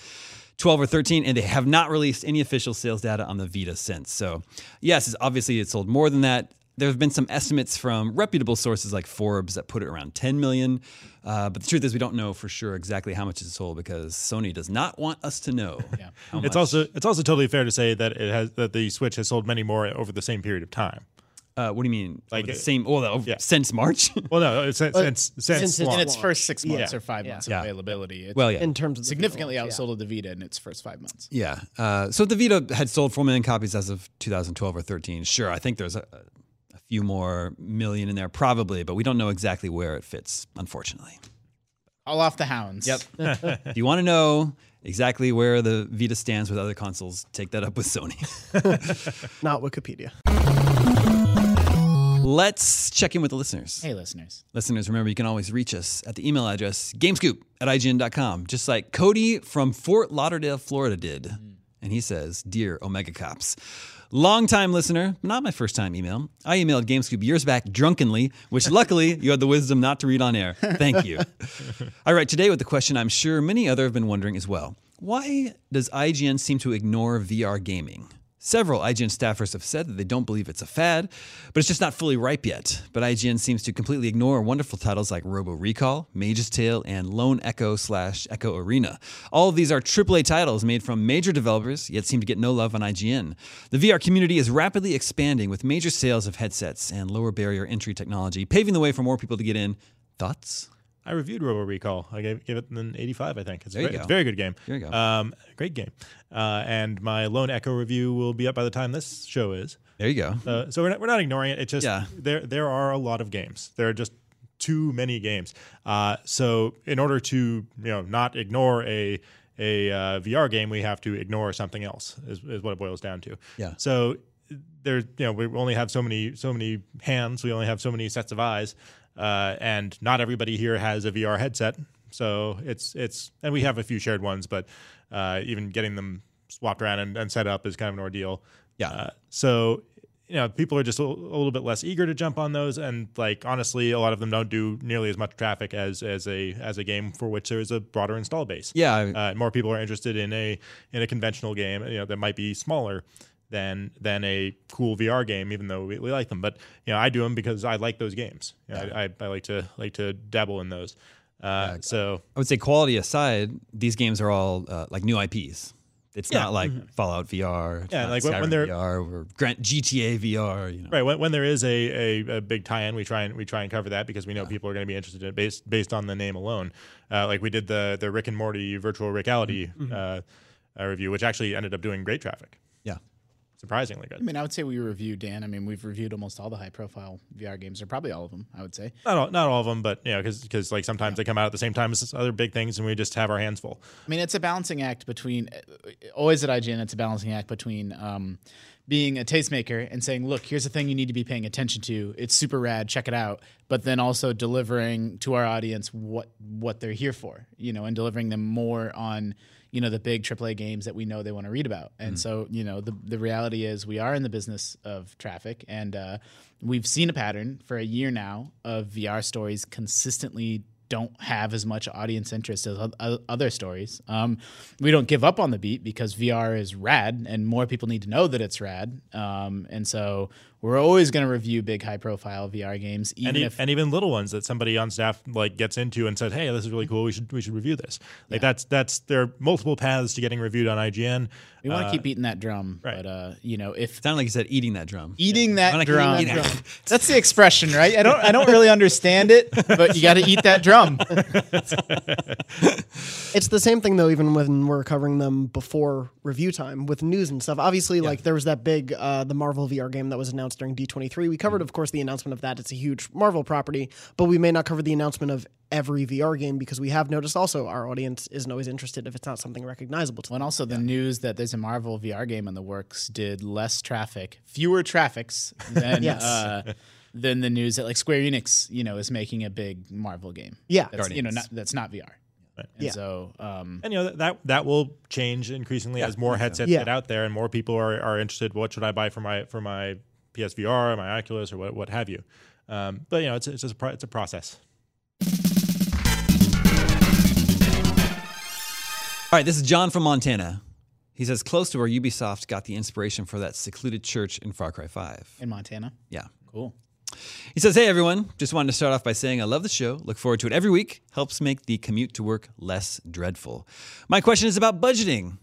[SPEAKER 3] 12 or 13, and they have not released any official sales data on the Vita since. So, yes, it's obviously it sold more than that. There have been some estimates from reputable sources like Forbes that put it around 10 million. Uh, but the truth is, we don't know for sure exactly how much it sold because Sony does not want us to
[SPEAKER 5] <laughs>
[SPEAKER 3] know. yeah.
[SPEAKER 5] It's also it's also totally fair to say that it has that the Switch has sold many more over the same period of time.
[SPEAKER 3] Uh, what do you mean?
[SPEAKER 5] Like,
[SPEAKER 3] Like the
[SPEAKER 5] uh,
[SPEAKER 3] same? oh, Well, the-
[SPEAKER 5] yeah.
[SPEAKER 3] since March. <laughs>
[SPEAKER 5] Well, no, it's, since, since,
[SPEAKER 4] since
[SPEAKER 5] since
[SPEAKER 4] it's
[SPEAKER 5] launch.
[SPEAKER 6] in its first six months
[SPEAKER 5] Yeah.
[SPEAKER 6] or five
[SPEAKER 4] Yeah.
[SPEAKER 6] months
[SPEAKER 3] Yeah.
[SPEAKER 6] of availability. It's
[SPEAKER 3] well, yeah,
[SPEAKER 4] in terms of the
[SPEAKER 6] significantly
[SPEAKER 4] people, yeah.
[SPEAKER 6] outsold the Vita in its first five months.
[SPEAKER 3] yeah. Uh, so the Vita had sold four million copies as of 2012 or 13. Sure, I think there's a, a few more million in there probably, but we don't know exactly where it fits, unfortunately.
[SPEAKER 6] All off the hounds. Yep.
[SPEAKER 3] if you want to know exactly where the Vita stands with other consoles, take that up with Sony. <laughs>
[SPEAKER 4] Not Wikipedia.
[SPEAKER 3] Let's check in with the listeners.
[SPEAKER 6] Hey, listeners.
[SPEAKER 3] Listeners, remember you can always reach us at the email address gamescoop at ign.com, just like Cody from Fort Lauderdale, Florida did. And he says, Dear Omega Cops, longtime listener, not my first time email. I emailed Gamescoop years back drunkenly, which luckily you had the wisdom not to read on air. Thank you. I write today with the question I'm sure many other have been wondering as well. Why does IGN seem to ignore VR gaming? Several IGN staffers have said that they don't believe it's a fad, but it's just not fully ripe yet. But IGN seems to completely ignore wonderful titles like Robo Recall, Mage's Tale, and Lone Echo slash Echo Arena. All of these are AAA titles made from major developers, yet seem to get no love on IGN. The VR community is rapidly expanding with major sales of headsets and lower barrier entry technology, paving the way for more people to get in. Thoughts?
[SPEAKER 5] I reviewed Robo Recall. I gave, gave it an 85, I think. It's, a
[SPEAKER 3] There you
[SPEAKER 5] very, it's
[SPEAKER 3] go.
[SPEAKER 5] a very good game.
[SPEAKER 3] There you go.
[SPEAKER 5] Um, great game. Uh, and my Lone Echo review will be up by the time this show is.
[SPEAKER 3] There you go.
[SPEAKER 5] Uh, so we're not, we're not ignoring it. It's just
[SPEAKER 3] Yeah.
[SPEAKER 5] there there are a lot of games. There are just too many games. Uh, so in order to you know not ignore a a uh, VR game, we have to ignore something else. Is, is what it boils down to.
[SPEAKER 3] Yeah.
[SPEAKER 5] So there you know we only have so many so many hands. We only have so many sets of eyes, uh, and not everybody here has a VR headset. So it's it's and we have a few shared ones, but uh, even getting them swapped around and, and set up is kind of an ordeal.
[SPEAKER 3] Yeah.
[SPEAKER 5] Uh, so you know people are just a, a little bit less eager to jump on those and like honestly a lot of them don't do nearly as much traffic as as a as a game for which there is a broader install base
[SPEAKER 3] Yeah, I-
[SPEAKER 5] uh, more people are interested in a in a conventional game you know that might be smaller than than a cool VR game even though we, we like them but you know I do them because I like those games You know, I, I, I like to like to dabble in those uh, so
[SPEAKER 3] I would say quality aside, these games are all uh, like new IPs. It's not like Fallout VR, it's
[SPEAKER 5] mm-hmm. Yeah,
[SPEAKER 3] not
[SPEAKER 5] like when-
[SPEAKER 3] Skyrim
[SPEAKER 5] when they're-
[SPEAKER 3] VR or Grant GTA VR. You know,
[SPEAKER 5] Right. When, when there is a, a, a big tie-in, we try and we try and cover that because we know people are going to be interested in it based based on the name alone. Uh, like we did the the Rick and Morty virtual reality uh, uh, review, which actually ended up doing great traffic,
[SPEAKER 3] yeah,
[SPEAKER 5] surprisingly
[SPEAKER 6] I
[SPEAKER 5] good.
[SPEAKER 6] mean, I would say we review Dan. I mean, we've reviewed almost all the high-profile VR games, or probably all of them. I would say.
[SPEAKER 5] Not all, not all of them, but you know, because like sometimes they come out at the same time as other big things, and we just have our hands full.
[SPEAKER 6] I mean, it's a balancing act between uh, always at IGN. It's a balancing act between um, being a tastemaker and saying, "Look, here's a thing you need to be paying attention to. It's super rad. Check it out." But then also delivering to our audience what what they're here for, you know, and delivering them more on you know the big AAA games that we know they want to read about. And so you know the the reality is we are in the business of traffic, and uh, we've seen a pattern for a year now of VR stories consistently don't have as much audience interest as o- other stories. Um, we don't give up on the beat because VR is rad, and more people need to know that it's rad. Um, and so we're always going to review big, high-profile VR games, even
[SPEAKER 5] and, e-
[SPEAKER 6] if
[SPEAKER 5] and even little ones that somebody on staff like gets into and says, "Hey, this is really cool. We should we should review this." Like that's that's there are multiple paths to getting reviewed on IGN.
[SPEAKER 6] we want to keep beating that drum.
[SPEAKER 5] uh, right.
[SPEAKER 6] But uh, you know, if
[SPEAKER 3] sounded like you said eating that drum.
[SPEAKER 5] E
[SPEAKER 6] eating
[SPEAKER 3] Why
[SPEAKER 6] that
[SPEAKER 3] not keep
[SPEAKER 6] drum,
[SPEAKER 3] eating that drum?
[SPEAKER 6] that's the expression, right? I don't, I don't really understand it, but you got to eat
[SPEAKER 5] <laughs>
[SPEAKER 6] that drum.
[SPEAKER 4] It's the same thing though, even when we're covering them before review time with news and stuff. Obviously, like there was that big uh, the Marvel VR game that was announced during D23. We covered, of course, the announcement of that. It's a huge Marvel property, but we may not cover the announcement of every VR game because we have noticed also our audience isn't always interested if it's not something recognizable to them.
[SPEAKER 6] Well, and also the news that there's a Marvel VR game in the works did less traffic, fewer traffics
[SPEAKER 4] <laughs>
[SPEAKER 6] than
[SPEAKER 4] Yes.
[SPEAKER 6] uh, than the news that like Square Enix, you know, is making a big Marvel game.
[SPEAKER 4] Yeah.
[SPEAKER 6] that's, you know,
[SPEAKER 3] Guardians.
[SPEAKER 6] not, that's not VR. And
[SPEAKER 4] Yeah.
[SPEAKER 6] so um,
[SPEAKER 5] and you know that that will change increasingly as more headsets
[SPEAKER 4] Yeah.
[SPEAKER 5] get out there and more people are, are interested what should i buy for my for my psvr or my oculus or what, what have you um, but you know it's, it's just a pro- it's a process
[SPEAKER 3] All right, this is John from Montana. He says, close to where Ubisoft got the inspiration for that secluded church in Far Cry 5.
[SPEAKER 6] in Montana,
[SPEAKER 3] Yeah.
[SPEAKER 6] cool.
[SPEAKER 3] He says, Hey everyone, just wanted to start off by saying I love the show, look forward to it every week, helps make the commute to work less dreadful. My question is about budgeting.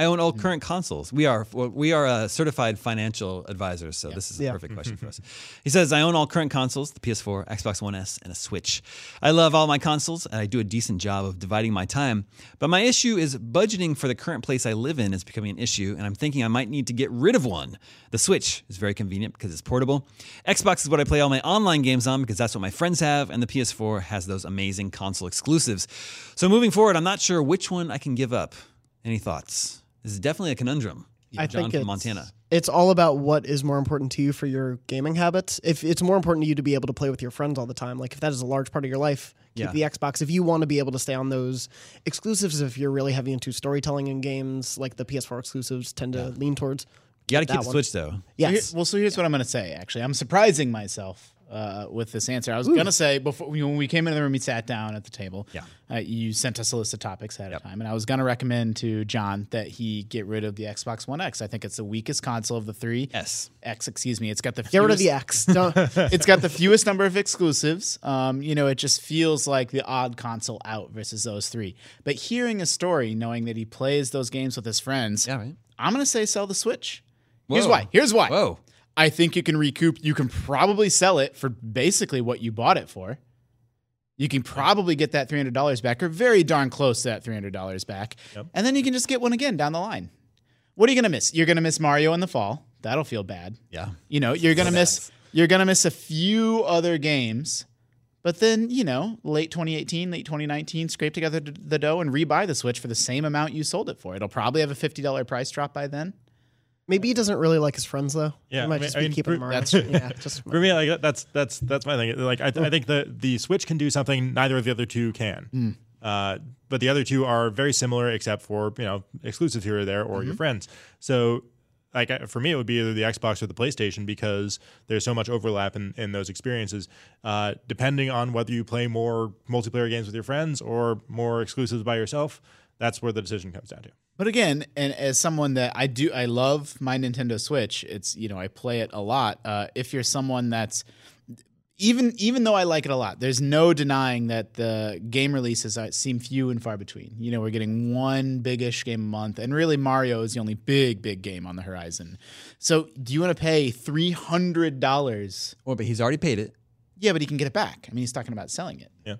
[SPEAKER 3] I own
[SPEAKER 4] Hmm.
[SPEAKER 3] all current consoles. We are we are a certified financial advisors, so this is a
[SPEAKER 4] Yeah.
[SPEAKER 3] perfect question
[SPEAKER 4] <laughs>
[SPEAKER 3] for us. He says, "I own all current consoles: the PS4, Xbox One S, and a Switch. I love all my consoles, and I do a decent job of dividing my time. But my issue is budgeting for the current place I live in is becoming an issue, and I'm thinking I might need to get rid of one. The Switch is very convenient because it's portable. Xbox is what I play all my online games on because that's what my friends have, and the PS4 has those amazing console exclusives. So moving forward, I'm not sure which one I can give up." Any thoughts? This is definitely a conundrum.
[SPEAKER 4] I
[SPEAKER 3] John
[SPEAKER 4] think
[SPEAKER 3] from
[SPEAKER 4] it's-
[SPEAKER 3] Montana.
[SPEAKER 4] It's all about what is more important to you for your gaming habits. If it's more important to you to be able to play with your friends all the time, like if that is a large part of your life, keep
[SPEAKER 3] Yeah.
[SPEAKER 4] the Xbox. If you want to be able to stay on those exclusives, if you're really heavy into storytelling in games, like the PS4 exclusives tend to lean towards.
[SPEAKER 3] You got to
[SPEAKER 4] that
[SPEAKER 3] keep the
[SPEAKER 4] one.
[SPEAKER 3] Switch though.
[SPEAKER 6] So here-
[SPEAKER 4] Yes.
[SPEAKER 6] well, so here's what I'm going to say. Actually, I'm surprising myself uh, with this answer. I was going to say before when we came into the room, we sat down at the table.
[SPEAKER 3] Yeah.
[SPEAKER 6] Uh, you sent us a list of topics ahead of time, and I was going to recommend to John that he get rid of the Xbox One X. I think it's the weakest console of the three.
[SPEAKER 3] Yes.
[SPEAKER 6] X, excuse me. It's got the
[SPEAKER 4] Get rid of
[SPEAKER 6] fewest-
[SPEAKER 4] the X. Don't,
[SPEAKER 5] <laughs>
[SPEAKER 6] it's got
[SPEAKER 4] <laughs>
[SPEAKER 6] the fewest number of exclusives. Um, you know, it just feels like the odd console out versus those three. But hearing a story, knowing that he plays those games with his friends,
[SPEAKER 3] Yeah, right.
[SPEAKER 6] I'm gonna say sell the Switch. Here's
[SPEAKER 3] Whoa.
[SPEAKER 6] why. Here's why.
[SPEAKER 3] Whoa.
[SPEAKER 6] I think you can recoup. You can probably sell it for basically what you bought it for. You can probably get that three hundred dollars back, or very darn close to that three hundred dollars back, and then you can just get one again down the line. What are you gonna miss? You're gonna miss Mario in the fall. That'll feel bad.
[SPEAKER 3] Yeah.
[SPEAKER 6] You know, you're gonna miss you're gonna miss a few other games, but then you know, late 2018, late 2019, scrape together d- the dough and rebuy the Switch for the same amount you sold it for. It'll probably have a fifty dollar price drop by then.
[SPEAKER 4] maybe he doesn't really like his friends though. he
[SPEAKER 5] Yeah, I
[SPEAKER 4] might
[SPEAKER 5] mean-
[SPEAKER 4] just
[SPEAKER 5] I
[SPEAKER 4] be
[SPEAKER 5] mean,
[SPEAKER 4] keeping
[SPEAKER 5] Bru-
[SPEAKER 4] them around.
[SPEAKER 5] that's-
[SPEAKER 4] yeah,
[SPEAKER 5] <laughs>
[SPEAKER 4] just
[SPEAKER 5] For me, like that's that's that's my thing. Like I, I think the the Switch can do something neither of the other two can. Uh, but the other two are very similar, except for you know exclusive here or there or your friends. So like I- for me, it would be either the Xbox or the PlayStation because there's so much overlap in, in those experiences. Uh, depending on whether you play more multiplayer games with your friends or more exclusives by yourself, that's where the decision comes down to.
[SPEAKER 6] But again, and as someone that I do, I love my Nintendo Switch. It's you know I play it a lot. Uh, if you're someone that's even even though I like it a lot, there's no denying that the game releases uh, seem few and far between. You know, we're getting one big-ish game a month, and really Mario is the only big big game on the horizon. So, do you want to pay three hundred dollars?
[SPEAKER 3] Well, but he's already paid it.
[SPEAKER 6] Yeah, but he can get it back. I mean, he's talking about selling it.
[SPEAKER 5] Yeah.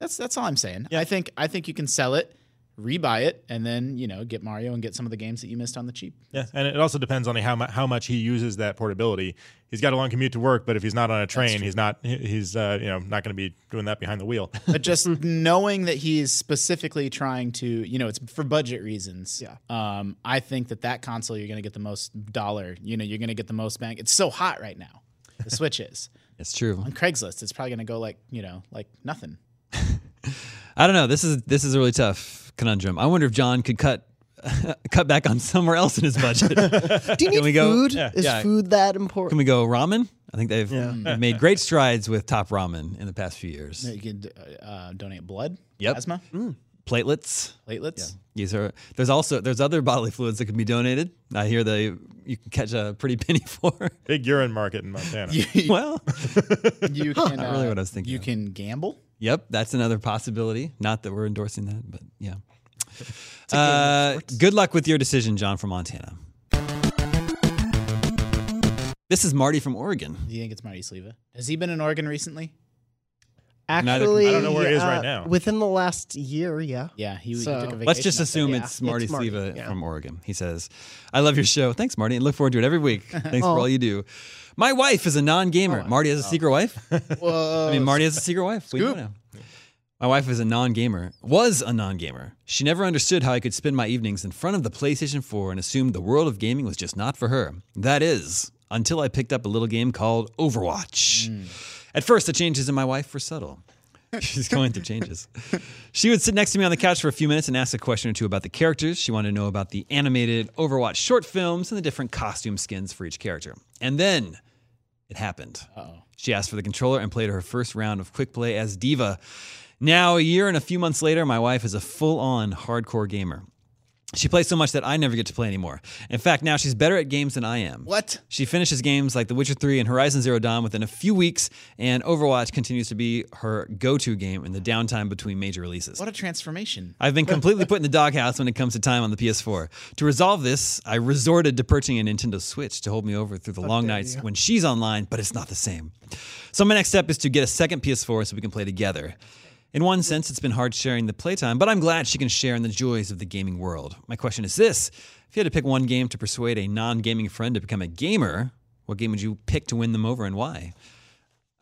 [SPEAKER 6] That's that's all I'm saying. I think I think you can sell it, rebuy it, and then you know get Mario and get some of the games that you missed on the cheap.
[SPEAKER 5] Yeah, and it also depends on how mu- how much he uses that portability. He's got a long commute to work, but if he's not on a train, he's not he- he's uh, you know not going to be doing that behind the
[SPEAKER 3] <laughs>
[SPEAKER 5] wheel.
[SPEAKER 6] But just knowing that he's specifically trying to, you know, it's for budget reasons.
[SPEAKER 4] Yeah.
[SPEAKER 6] Um, I think that that console you're going to get the most dollar. You know, you're going to get the most bang. It's so hot right now. The Switch is
[SPEAKER 3] It's true.
[SPEAKER 6] on Craigslist. It's probably going to go like you know like nothing.
[SPEAKER 3] I don't know. This is this is a really tough conundrum. I wonder if John could cut <laughs> cut back on somewhere else in his budget.
[SPEAKER 4] <laughs> Do you need
[SPEAKER 3] we go-
[SPEAKER 4] food? is
[SPEAKER 3] yeah.
[SPEAKER 4] food that
[SPEAKER 3] Can
[SPEAKER 4] important?
[SPEAKER 3] we go ramen? I think they've, they've <laughs> made great strides with top ramen in the past few years.
[SPEAKER 6] You could uh, uh, donate blood,
[SPEAKER 3] Yep.
[SPEAKER 6] plasma,
[SPEAKER 3] Platelets.
[SPEAKER 6] platelets.
[SPEAKER 3] These are there's also there's other bodily fluids that can be donated. I hear they you can catch a pretty <laughs> penny for.
[SPEAKER 5] Big urine market in Montana.
[SPEAKER 6] <laughs>
[SPEAKER 3] well,
[SPEAKER 6] You can.
[SPEAKER 3] not really
[SPEAKER 6] uh,
[SPEAKER 3] what I was thinking
[SPEAKER 6] You
[SPEAKER 3] of.
[SPEAKER 6] can gamble.
[SPEAKER 3] Yep, that's another possibility. Not that we're endorsing that, but yeah. Uh, good luck with your decision, John from Montana. This is Marty from Oregon.
[SPEAKER 6] Do you think it's Marty Sleva? Has he been in Oregon recently?
[SPEAKER 3] Neither-
[SPEAKER 4] Actually,
[SPEAKER 5] I don't know where he is right
[SPEAKER 4] uh,
[SPEAKER 5] now.
[SPEAKER 4] Within the last year,
[SPEAKER 5] <laughs>
[SPEAKER 4] yeah.
[SPEAKER 6] Yeah, he,
[SPEAKER 4] So-
[SPEAKER 6] he took a vacation.
[SPEAKER 3] Let's just
[SPEAKER 6] up there.
[SPEAKER 3] assume
[SPEAKER 4] yeah.
[SPEAKER 3] it's Marty
[SPEAKER 4] It's Marty,
[SPEAKER 3] Sleva
[SPEAKER 4] yeah.
[SPEAKER 3] from Oregon. He says, I love your show. Thanks, Marty, and look forward to it every week.
[SPEAKER 4] <laughs>
[SPEAKER 3] Thanks for
[SPEAKER 4] Aw.
[SPEAKER 3] all you do. My wife is a non gamer.
[SPEAKER 4] Oh,
[SPEAKER 3] Marty has a secret wife?
[SPEAKER 6] Whoa.
[SPEAKER 3] I mean, Marty has a secret wife. We don't know. My wife is a non gamer, was a non gamer. She never understood how I could spend my evenings in front of the PlayStation 4 and assumed the world of gaming was just not for her. That is, until I picked up a little game called Overwatch. At first, the changes in my wife were subtle. She's going through changes. She would sit next to me on the couch for a few minutes and ask a question or two about the characters. She wanted to know about the animated Overwatch short films and the different costume skins for each character. And then it happened. She asked for the controller and played her first round of quick play as Diva. Now, a year and a few months later, my wife is a full on hardcore gamer. She plays so much that I never get to play anymore. In fact, now she's better at games than I am.
[SPEAKER 6] What?
[SPEAKER 3] She finishes games like The Witcher 3 and Horizon Zero Dawn within a few weeks, and Overwatch continues to be her go to game in the downtime between major releases.
[SPEAKER 6] What a transformation.
[SPEAKER 3] I've been completely put in the doghouse when it comes to time on the PS4. To resolve this, I resorted to purchasing a Nintendo Switch to hold me over through the long nights when she's online, but it's not the same. So my next step is to get a second PS4 so we can play together. In one sense, it's been hard sharing the playtime, but I'm glad she can share in the joys of the gaming world. My question is this If you had to pick one game to persuade a non gaming friend to become a gamer, what game would you pick to win them over and why?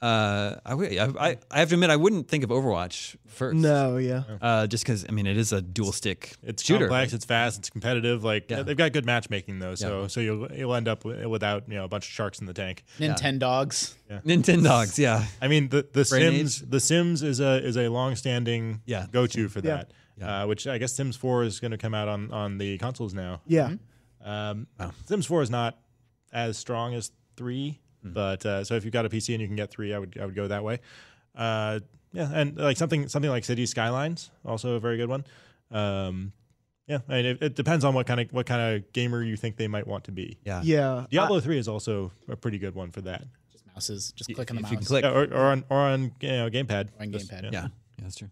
[SPEAKER 3] Uh, I, would- I, I- I have to admit, I wouldn't think of Overwatch first.
[SPEAKER 4] No, yeah.
[SPEAKER 3] Uh, just because I mean it is a dual stick
[SPEAKER 5] It's
[SPEAKER 3] shooter. <laughs>
[SPEAKER 5] complex. It's fast. It's competitive. Like
[SPEAKER 3] Yeah.
[SPEAKER 5] they've got good matchmaking though, so so you'll you'll end up wi- without you know a bunch of sharks in the tank.
[SPEAKER 6] Nintendogs.
[SPEAKER 3] Nintendogs, yeah.
[SPEAKER 5] I mean the the
[SPEAKER 3] Brain
[SPEAKER 5] Sims the Sims is a is a longstanding
[SPEAKER 3] Yeah.
[SPEAKER 5] go to for
[SPEAKER 4] Yeah.
[SPEAKER 5] that. Uh, which I guess Sims 4 is going to come out on on the consoles now.
[SPEAKER 4] Yeah.
[SPEAKER 5] Um, Sims 4 is not as strong as 3, but uh, so if you've got a PC and you can get 3, I would I would go that way. Uh, yeah, and like something something like City Skylines, also a very good one. Um, yeah, I mean, it, it depends on what kind of what kind of gamer you think they might want to be.
[SPEAKER 3] Yeah.
[SPEAKER 4] Yeah.
[SPEAKER 5] Diablo 3 is also a pretty good one for that.
[SPEAKER 6] Just Mouses. Just click on the
[SPEAKER 3] if
[SPEAKER 6] mouse.
[SPEAKER 3] you can click.
[SPEAKER 5] Yeah, or, or on or on you know, gamepad.
[SPEAKER 6] Or on
[SPEAKER 5] Just-
[SPEAKER 6] gamepad.
[SPEAKER 3] Yeah. yeah, that's true.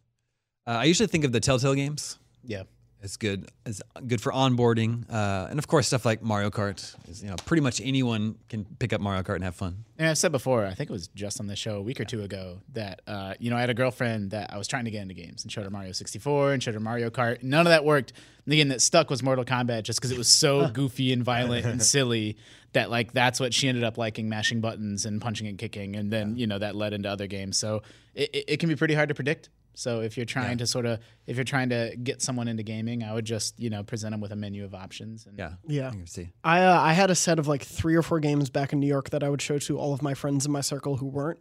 [SPEAKER 3] Uh, I usually think of the Telltale games.
[SPEAKER 6] Yeah.
[SPEAKER 3] It's good. It's good for onboarding, uh, and of course stuff like Mario Kart. Is, you know, pretty much anyone can pick up Mario Kart and have fun.
[SPEAKER 6] And I've said before, I think it was just on the show a week or two ago that uh, you know I had a girlfriend that I was trying to get into games and showed her Mario 64 and showed her Mario Kart. None of that worked. And the game that stuck was Mortal Kombat, just because it was so goofy and violent and silly that like that's what she ended up liking, mashing buttons and punching and kicking, and then you know that led into other games. So it, it, it can be pretty hard to predict. So if you're trying to sort of if you're trying to get someone into gaming, I would just you know present them with a menu of options. And
[SPEAKER 3] Yeah.
[SPEAKER 4] Yeah.
[SPEAKER 3] I can see.
[SPEAKER 4] I uh, I had a set of like three or four games back in New York that I would show to all of my friends in my circle who weren't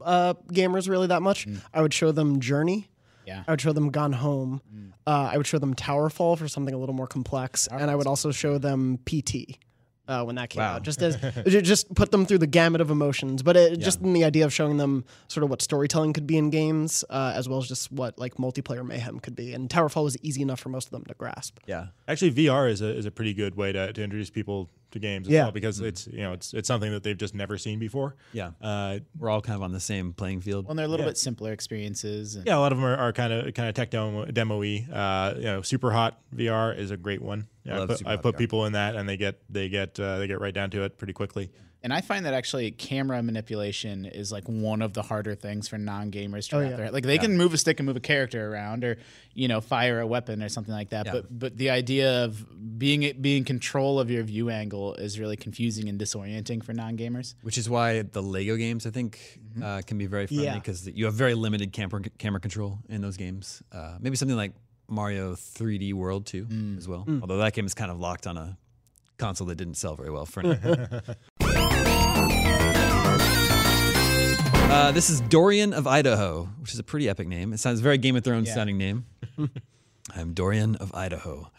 [SPEAKER 4] uh, gamers really that much. I would show them Journey.
[SPEAKER 6] Yeah.
[SPEAKER 4] I would show them Gone Home. Uh, I would show them Towerfall for something a little more complex, and I would also show them PT. Uh, when that came
[SPEAKER 3] Wow.
[SPEAKER 4] out, just as ju- just put them through the gamut of emotions, but it, just in the idea of showing them sort of what storytelling could be in games, uh, as well as just what like multiplayer mayhem could be. And Towerfall was easy enough for most of them to grasp.
[SPEAKER 3] Yeah.
[SPEAKER 5] Actually, VR is a is a pretty good way to, to introduce people to games as
[SPEAKER 4] Yeah.
[SPEAKER 5] well because it's you know it's it's something that they've just never seen before.
[SPEAKER 3] Yeah.
[SPEAKER 5] Uh,
[SPEAKER 3] We're all kind of on the same playing field.
[SPEAKER 6] Well, and they're a little bit simpler experiences. And
[SPEAKER 5] yeah, a lot of them are, are kind of kind of tech demo demo-y. Uh, you know, super hot VR is a great one. Yeah, I,
[SPEAKER 3] love
[SPEAKER 5] put,
[SPEAKER 3] Super
[SPEAKER 5] I
[SPEAKER 3] Hot
[SPEAKER 5] put
[SPEAKER 3] VR.
[SPEAKER 5] people in that and they get they get uh, they get right down to it pretty quickly.
[SPEAKER 6] And I find that actually camera manipulation is like one of the harder things for non-gamers to wrap their head. Like they can move a stick and move a character around, or you know, fire a weapon or something like that. But but the idea of being being control of your view angle is really confusing and disorienting for non-gamers.
[SPEAKER 3] Which is why the Lego games, I think, uh, can be very funny
[SPEAKER 4] Yeah.
[SPEAKER 3] because you have very limited camera camera control in those games. Uh, maybe something like Mario 3D World 2 as well. Although that game is kind of locked on a console that didn't sell very well for now. uh, this is Dorian of Idaho, which is a pretty epic name. It sounds a very Game of Thrones sounding name. I'm Dorian of Idaho.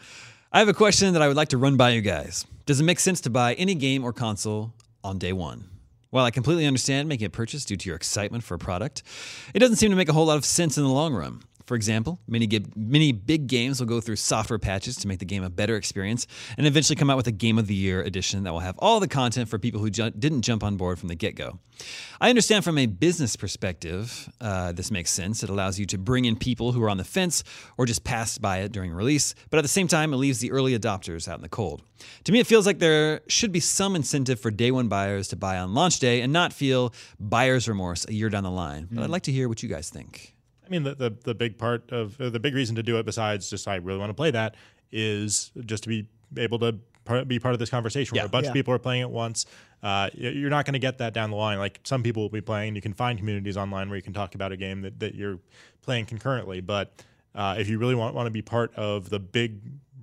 [SPEAKER 3] I have a question that I would like to run by you guys. Does it make sense to buy any game or console on day one? While I completely understand making a purchase due to your excitement for a product, it doesn't seem to make a whole lot of sense in the long run. For example, many, gi- many big games will go through software patches to make the game a better experience and eventually come out with a Game of the Year edition that will have all the content for people who ju- didn't jump on board from the get go. I understand from a business perspective, uh, this makes sense. It allows you to bring in people who are on the fence or just passed by it during release, but at the same time, it leaves the early adopters out in the cold. To me, it feels like there should be some incentive for day one buyers to buy on launch day and not feel buyer's remorse a year down the line. But I'd
[SPEAKER 5] Hmm.
[SPEAKER 3] like to hear what you guys think.
[SPEAKER 5] I mean, the, the, the big part of uh, the big reason to do it, besides just I really want to play that, is just to be able to par- be part of this conversation where
[SPEAKER 3] Yeah.
[SPEAKER 5] a bunch
[SPEAKER 4] Yeah.
[SPEAKER 5] of people are playing at once. Uh, y- you're not going to get that down the line. Like some people will be playing. You can find communities online where you can talk about a game that, that you're playing concurrently. But uh, if you really want want to be part of the big,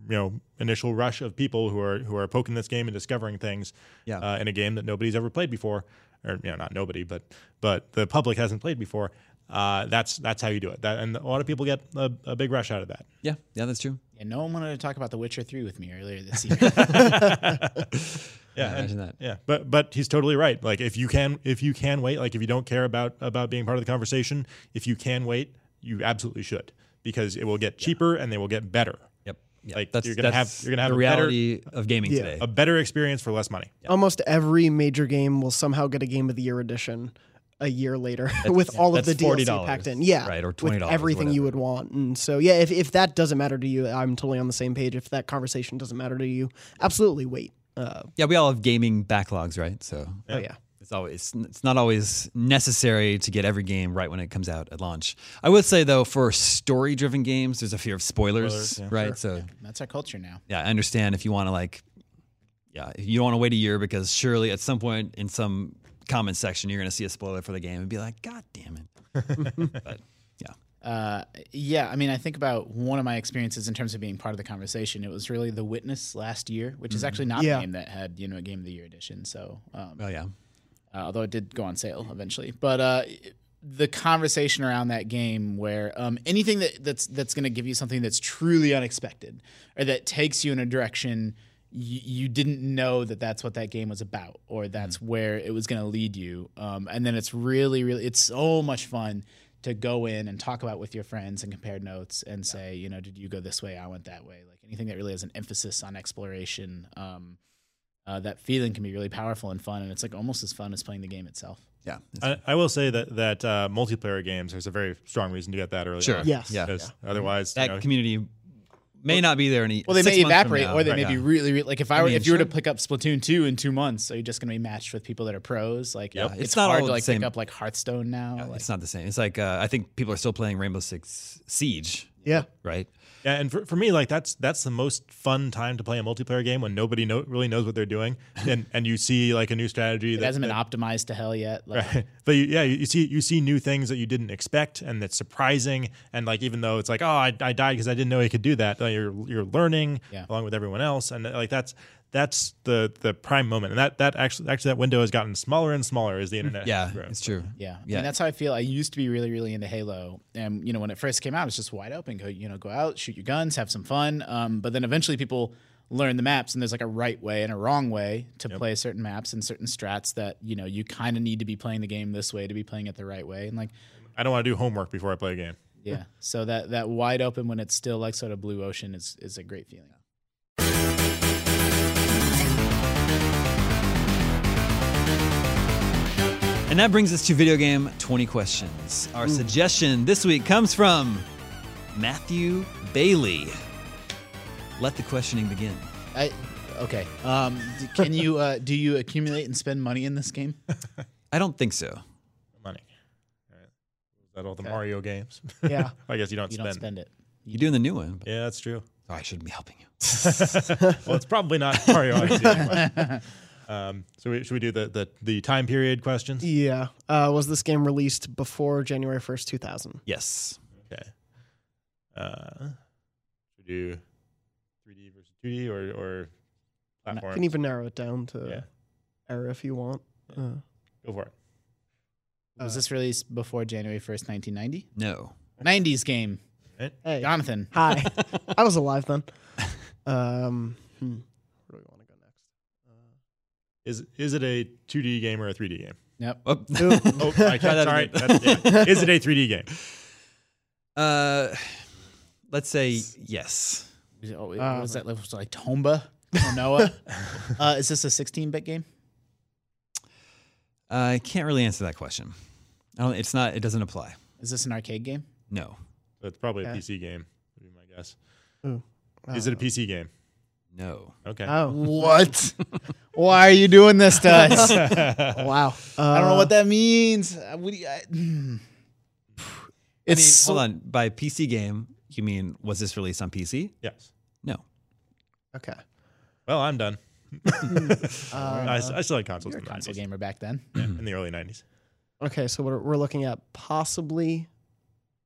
[SPEAKER 5] you know, initial rush of people who are who are poking this game and discovering things,
[SPEAKER 3] Yeah.
[SPEAKER 5] uh, in a game that nobody's ever played before, or you know, not nobody, but but the public hasn't played before. Uh, that's that's how you do it. That, and a lot of people get a, a big rush out of that.
[SPEAKER 3] Yeah, yeah, that's true.
[SPEAKER 6] And no one wanted to talk about The Witcher Three with me earlier this year.
[SPEAKER 5] Yeah, and-
[SPEAKER 3] Imagine that.
[SPEAKER 5] Yeah, but but he's totally right. Like if you can if you can wait, like if you don't care about about being part of the conversation, if you can wait, you absolutely should because it will get cheaper and they will get better.
[SPEAKER 3] Yep.
[SPEAKER 5] like
[SPEAKER 3] that's,
[SPEAKER 5] you're gonna have
[SPEAKER 3] that's
[SPEAKER 5] you're gonna have
[SPEAKER 3] the
[SPEAKER 5] a better-
[SPEAKER 3] reality of gaming
[SPEAKER 4] Yeah.
[SPEAKER 3] today.
[SPEAKER 5] a better experience for less money.
[SPEAKER 4] Almost every major game will somehow get a Game of the Year edition a year later <laughs> with all of the
[SPEAKER 3] that's
[SPEAKER 4] DLC
[SPEAKER 3] $40,
[SPEAKER 4] packed in. Yeah.
[SPEAKER 3] right, or
[SPEAKER 4] with
[SPEAKER 3] $20,
[SPEAKER 4] Everything you
[SPEAKER 3] whatever.
[SPEAKER 4] would want. And so, yeah, if, if that doesn't matter to you, I'm totally on the same page. If that conversation doesn't matter to you, absolutely wait. Uh,
[SPEAKER 3] Yeah, we all have gaming backlogs, right? So
[SPEAKER 4] Oh, yeah.
[SPEAKER 3] it's always it's not always necessary to get every game right when it comes out at launch. I would say though, for story-driven games, there's a fear of spoilers, right? So
[SPEAKER 6] That's our culture now.
[SPEAKER 3] yeah, I understand if you want to like, yeah, you don't want to wait a year because surely at some point in some comment section you're going to see a spoiler for the game and be like, God damn it! but yeah,
[SPEAKER 6] Uh, yeah, I mean, I think about one of my experiences in terms of being part of the conversation. It was really The Witness last year, which is actually not
[SPEAKER 4] Yeah.
[SPEAKER 6] a game that had you know a Game of the Year edition. So, um,
[SPEAKER 3] oh yeah,
[SPEAKER 6] uh, although it did go on sale eventually, but uh, the conversation around that game, where um, anything that that's that's going to give you something that's truly unexpected or that takes you in a direction you, you didn't know that that's what that game was about or that's where it was going to lead you, um, and then it's really really it's so much fun to go in and talk about with your friends and compare notes and say, you know, did you go this way? I went that way. Like anything that really has an emphasis on exploration. Um, uh, that feeling can be really powerful and fun, and it's like almost as fun as playing the game itself.
[SPEAKER 3] yeah,
[SPEAKER 5] I, I will say that that uh, multiplayer games there's a very strong reason to get that early.
[SPEAKER 3] Sure.
[SPEAKER 5] on.
[SPEAKER 4] yes.
[SPEAKER 3] Yeah.
[SPEAKER 5] 'Cause Otherwise, you
[SPEAKER 3] that
[SPEAKER 5] know,
[SPEAKER 3] community may not be there any.
[SPEAKER 6] Well, they
[SPEAKER 3] six
[SPEAKER 6] may
[SPEAKER 3] months from
[SPEAKER 6] evaporate,
[SPEAKER 3] now,
[SPEAKER 6] or they
[SPEAKER 3] right?
[SPEAKER 6] may
[SPEAKER 3] Yeah.
[SPEAKER 6] be really, really like if I, were,
[SPEAKER 3] mean,
[SPEAKER 6] if you were to
[SPEAKER 3] sure.
[SPEAKER 6] pick up Splatoon two in two months, are you just going to be matched with people that are pros? Like, uh, it's,
[SPEAKER 3] It's not
[SPEAKER 6] hard
[SPEAKER 3] all
[SPEAKER 6] to
[SPEAKER 3] the
[SPEAKER 6] like
[SPEAKER 3] same.
[SPEAKER 6] pick up like Hearthstone now. like,
[SPEAKER 3] it's not the same. It's like uh, I think people are still playing Rainbow Six Siege,
[SPEAKER 4] Yeah.
[SPEAKER 3] right?
[SPEAKER 5] Yeah, and for, for me, like that's that's the most fun time to play a multiplayer game when nobody know, really knows what they're
[SPEAKER 6] <laughs>
[SPEAKER 5] doing, and and you see like a new strategy
[SPEAKER 6] it
[SPEAKER 5] that
[SPEAKER 6] hasn't been optimized to hell yet. Like,
[SPEAKER 5] but you, yeah, you see you see new things that you didn't expect, and that's surprising. And like even though it's like, oh, I, I died because I didn't know I could do that. Like, you're you're learning
[SPEAKER 6] Yeah.
[SPEAKER 5] along with everyone else, and like that's that's the the prime moment. And that that actually actually that window has gotten smaller and smaller as the internet.
[SPEAKER 3] <laughs>
[SPEAKER 5] has
[SPEAKER 3] Yeah,
[SPEAKER 5] grown.
[SPEAKER 3] it's true.
[SPEAKER 6] Yeah, I mean,
[SPEAKER 3] Yeah.
[SPEAKER 6] that's how I feel. I used to be really, really into Halo, and you know when it first came out, it was just wide open. Go, you know, go out, shoot your guns, have some fun. Um, but then eventually, people learn the maps, and there's like a right way and a wrong way to play certain maps and certain strats that you know you kind of need to be playing the game this way to be playing it the right way, and like
[SPEAKER 5] I don't want to do homework before I play a game.
[SPEAKER 6] yeah. so that that wide open when it's still like sort of blue ocean is is a great feeling.
[SPEAKER 3] And that brings us to video game 20 questions.
[SPEAKER 6] Hmm.
[SPEAKER 3] Our suggestion this week comes from Matthew Bailey. Let the questioning begin.
[SPEAKER 6] I okay. Um, d- can you uh, do you accumulate and spend money in this game?
[SPEAKER 3] I don't think so.
[SPEAKER 5] Money. All right. Is that all the Mario games? <laughs>
[SPEAKER 4] Yeah.
[SPEAKER 5] I guess you don't
[SPEAKER 6] You
[SPEAKER 5] spend.
[SPEAKER 6] don't spend it.
[SPEAKER 3] You're doing the new one. but-
[SPEAKER 5] Yeah, that's true.
[SPEAKER 3] Oh, I shouldn't be helping you.
[SPEAKER 5] well, it's probably not Mario Odyssey. anyway. um, so we, should we do the, the the time period questions?
[SPEAKER 4] Yeah. Uh, was this game released before January 1st, 2000?
[SPEAKER 3] Yes.
[SPEAKER 5] Okay. Uh, should we do 3D versus 2D or or
[SPEAKER 4] You
[SPEAKER 5] platform?
[SPEAKER 4] can even narrow it down to
[SPEAKER 5] Yeah.
[SPEAKER 4] era if you want. Uh,
[SPEAKER 5] Go for it.
[SPEAKER 6] Was this released before January first, nineteen ninety?
[SPEAKER 3] No.
[SPEAKER 6] 90s game.
[SPEAKER 4] hey.
[SPEAKER 6] Jonathan.
[SPEAKER 4] Hi. I was alive then. Um, hmm. Where do we want to go next?
[SPEAKER 5] Is is it a 2D game or a 3D game?
[SPEAKER 6] Yep.
[SPEAKER 3] Oh. <laughs>
[SPEAKER 5] Oh,
[SPEAKER 3] Try
[SPEAKER 5] I
[SPEAKER 3] that
[SPEAKER 5] sorry.
[SPEAKER 3] again.
[SPEAKER 5] That's, yeah. Is it a 3D game?
[SPEAKER 3] uh, let's say yes.
[SPEAKER 6] Oh, wait, what was that? Was it like Tomba? Or Noah? uh, is this a 16 bit game?
[SPEAKER 3] I can't really answer that question. I don't, it's not, it doesn't apply.
[SPEAKER 6] Is this an arcade game?
[SPEAKER 3] No.
[SPEAKER 5] That's probably
[SPEAKER 4] Okay.
[SPEAKER 5] a PC game. Would be my guess.
[SPEAKER 4] Ooh.
[SPEAKER 5] Is it a PC game?
[SPEAKER 3] No.
[SPEAKER 5] Okay.
[SPEAKER 4] Oh,
[SPEAKER 6] What? <laughs> Why are you doing this to us? I
[SPEAKER 4] wow. Uh,
[SPEAKER 6] don't know what that means. Uh, What do you, I, <sighs> hmm.
[SPEAKER 3] I mean,
[SPEAKER 6] it's
[SPEAKER 3] hold on. By PC game, you mean was this released on PC?
[SPEAKER 5] <laughs> Yes.
[SPEAKER 3] No.
[SPEAKER 4] Okay.
[SPEAKER 5] Well, I'm done.
[SPEAKER 4] Uh,
[SPEAKER 5] <laughs> I, s- I still had consoles
[SPEAKER 6] You're
[SPEAKER 5] in
[SPEAKER 6] a
[SPEAKER 5] the
[SPEAKER 6] console
[SPEAKER 5] 90s.
[SPEAKER 6] gamer back then.
[SPEAKER 5] Yeah, in the early 90s.
[SPEAKER 4] okay. So we're, we're looking at possibly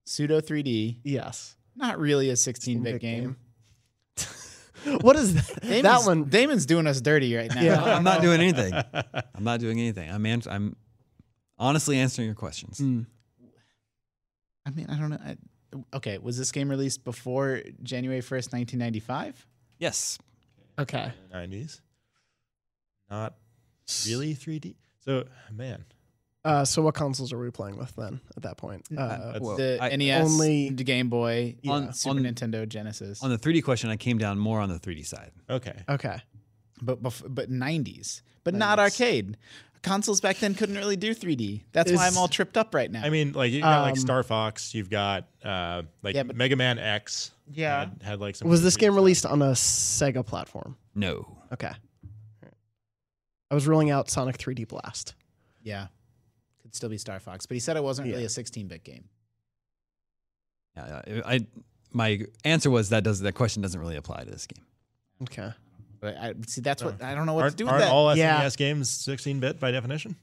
[SPEAKER 6] Pseudo 3D.
[SPEAKER 4] yes.
[SPEAKER 6] Not really a 16 bit
[SPEAKER 4] 16-bit
[SPEAKER 6] game.
[SPEAKER 4] game.
[SPEAKER 6] <laughs>
[SPEAKER 4] What is that? that
[SPEAKER 6] Damon's-
[SPEAKER 4] one?
[SPEAKER 6] Damon's doing us dirty right now. Uh,
[SPEAKER 4] Yeah.
[SPEAKER 3] I'm not doing anything.
[SPEAKER 5] <laughs>
[SPEAKER 3] I'm not doing anything. I'm ans- I'm honestly answering your questions.
[SPEAKER 4] Hmm.
[SPEAKER 6] I mean, I don't know. I, okay, was this game released before January 1st, 1995?
[SPEAKER 3] Yes.
[SPEAKER 4] Okay.
[SPEAKER 5] 90s. Not really 3D. So, man,
[SPEAKER 4] Uh, so what consoles are we playing with then at that point? Uh,
[SPEAKER 3] Whoa.
[SPEAKER 6] the
[SPEAKER 3] I-
[SPEAKER 6] NES,
[SPEAKER 4] only-
[SPEAKER 6] the Game Boy,
[SPEAKER 3] On-
[SPEAKER 6] Super
[SPEAKER 3] on-
[SPEAKER 6] Nintendo, Genesis.
[SPEAKER 3] On the 3D question, I came down more on the 3D side.
[SPEAKER 5] Okay.
[SPEAKER 4] okay.
[SPEAKER 6] but bef- but 90s, but not arcade. Consoles back then couldn't really do 3D. That's why
[SPEAKER 4] Is-
[SPEAKER 6] I'm all tripped up right now.
[SPEAKER 5] I mean, like you got like Star Fox. You've got uh, like
[SPEAKER 6] but-
[SPEAKER 5] Mega Man X.
[SPEAKER 6] Yeah.
[SPEAKER 5] had, had, like some.
[SPEAKER 4] Was this
[SPEAKER 5] pretty
[SPEAKER 4] game released on a Sega platform?
[SPEAKER 3] No.
[SPEAKER 4] Okay. I was ruling out Sonic 3D Blast.
[SPEAKER 6] yeah, could still be Star Fox, but he said it wasn't really a 16-bit game.
[SPEAKER 3] Yeah, yeah, I, my answer was that does that question doesn't really apply to this game.
[SPEAKER 4] Okay.
[SPEAKER 6] But I see that's what I don't know what
[SPEAKER 5] Aren't,
[SPEAKER 6] to do with
[SPEAKER 5] aren't
[SPEAKER 6] that.
[SPEAKER 5] all SNES
[SPEAKER 4] Yeah.
[SPEAKER 5] games 16-bit by definition?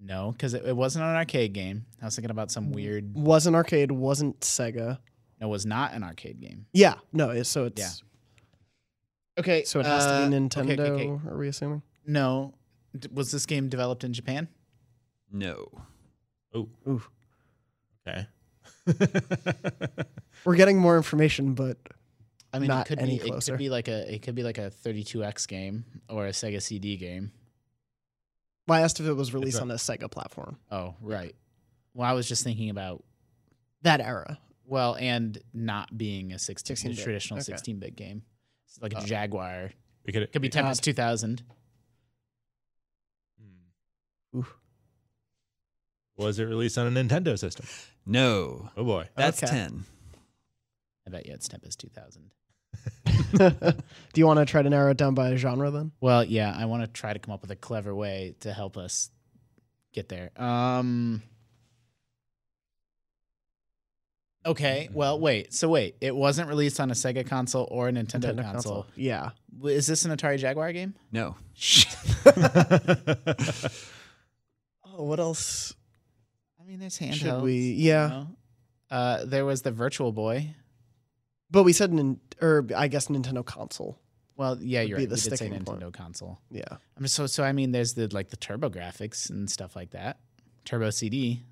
[SPEAKER 6] no, because it, it wasn't an arcade game. I was thinking about some weird.
[SPEAKER 4] Wasn't arcade, wasn't Sega.
[SPEAKER 6] No, it was not an arcade game.
[SPEAKER 4] Yeah. No, it, so it's
[SPEAKER 6] Okay,
[SPEAKER 4] so it has to be Nintendo,
[SPEAKER 6] Uh, Okay, okay, okay.
[SPEAKER 4] are we assuming?
[SPEAKER 6] No, D- was this game developed in Japan?
[SPEAKER 3] No.
[SPEAKER 5] Okay.
[SPEAKER 4] We're getting more information, but
[SPEAKER 6] I mean,
[SPEAKER 4] Not
[SPEAKER 6] it could
[SPEAKER 4] any
[SPEAKER 6] be. It
[SPEAKER 4] closer.
[SPEAKER 6] could be like a. It could be like a 32x game or a Sega CD game.
[SPEAKER 4] well, I asked if it was released
[SPEAKER 5] a-
[SPEAKER 4] on a Sega platform.
[SPEAKER 6] Oh, right. Well, I was just thinking about
[SPEAKER 4] That era. <laughs>
[SPEAKER 6] well, and not being a 16,
[SPEAKER 4] 16-bit.
[SPEAKER 6] traditional
[SPEAKER 4] Okay. Oh.
[SPEAKER 6] 16-bit game, It's like a Jaguar.
[SPEAKER 5] We could.
[SPEAKER 6] Could be Tempest 2000.
[SPEAKER 5] hmm. Was it released on a Nintendo system?
[SPEAKER 3] No.
[SPEAKER 5] Oh boy.
[SPEAKER 3] That's
[SPEAKER 4] Okay.
[SPEAKER 3] 10.
[SPEAKER 6] I bet you it's Tempest 2000.
[SPEAKER 4] Do you want to try to narrow it down by genre then?
[SPEAKER 6] Well, yeah, I want to try to come up with a clever way to help us get there. Um Okay,
[SPEAKER 4] Mm-hmm.
[SPEAKER 6] well, wait. So wait, it wasn't released on a Sega console or a Nintendo,
[SPEAKER 4] Nintendo
[SPEAKER 6] console.
[SPEAKER 4] Yeah.
[SPEAKER 6] W Is this an Atari Jaguar <laughs> game?
[SPEAKER 3] No.
[SPEAKER 6] Shit.
[SPEAKER 4] Oh, what else?
[SPEAKER 6] I mean, there's handhelds.
[SPEAKER 4] we-
[SPEAKER 6] you
[SPEAKER 4] yeah.
[SPEAKER 6] know? Uh, there was the Virtual Boy.
[SPEAKER 4] But we said, nin- or I guess Nintendo console.
[SPEAKER 6] Well, yeah, you're
[SPEAKER 4] be
[SPEAKER 6] right.
[SPEAKER 4] the
[SPEAKER 6] we did say
[SPEAKER 4] sticking
[SPEAKER 6] Nintendo
[SPEAKER 4] point.
[SPEAKER 6] console.
[SPEAKER 4] Yeah.
[SPEAKER 6] <laughs> I'm just so so. I mean, there's the like the Turbo Graphics and stuff like that. Turbo CD.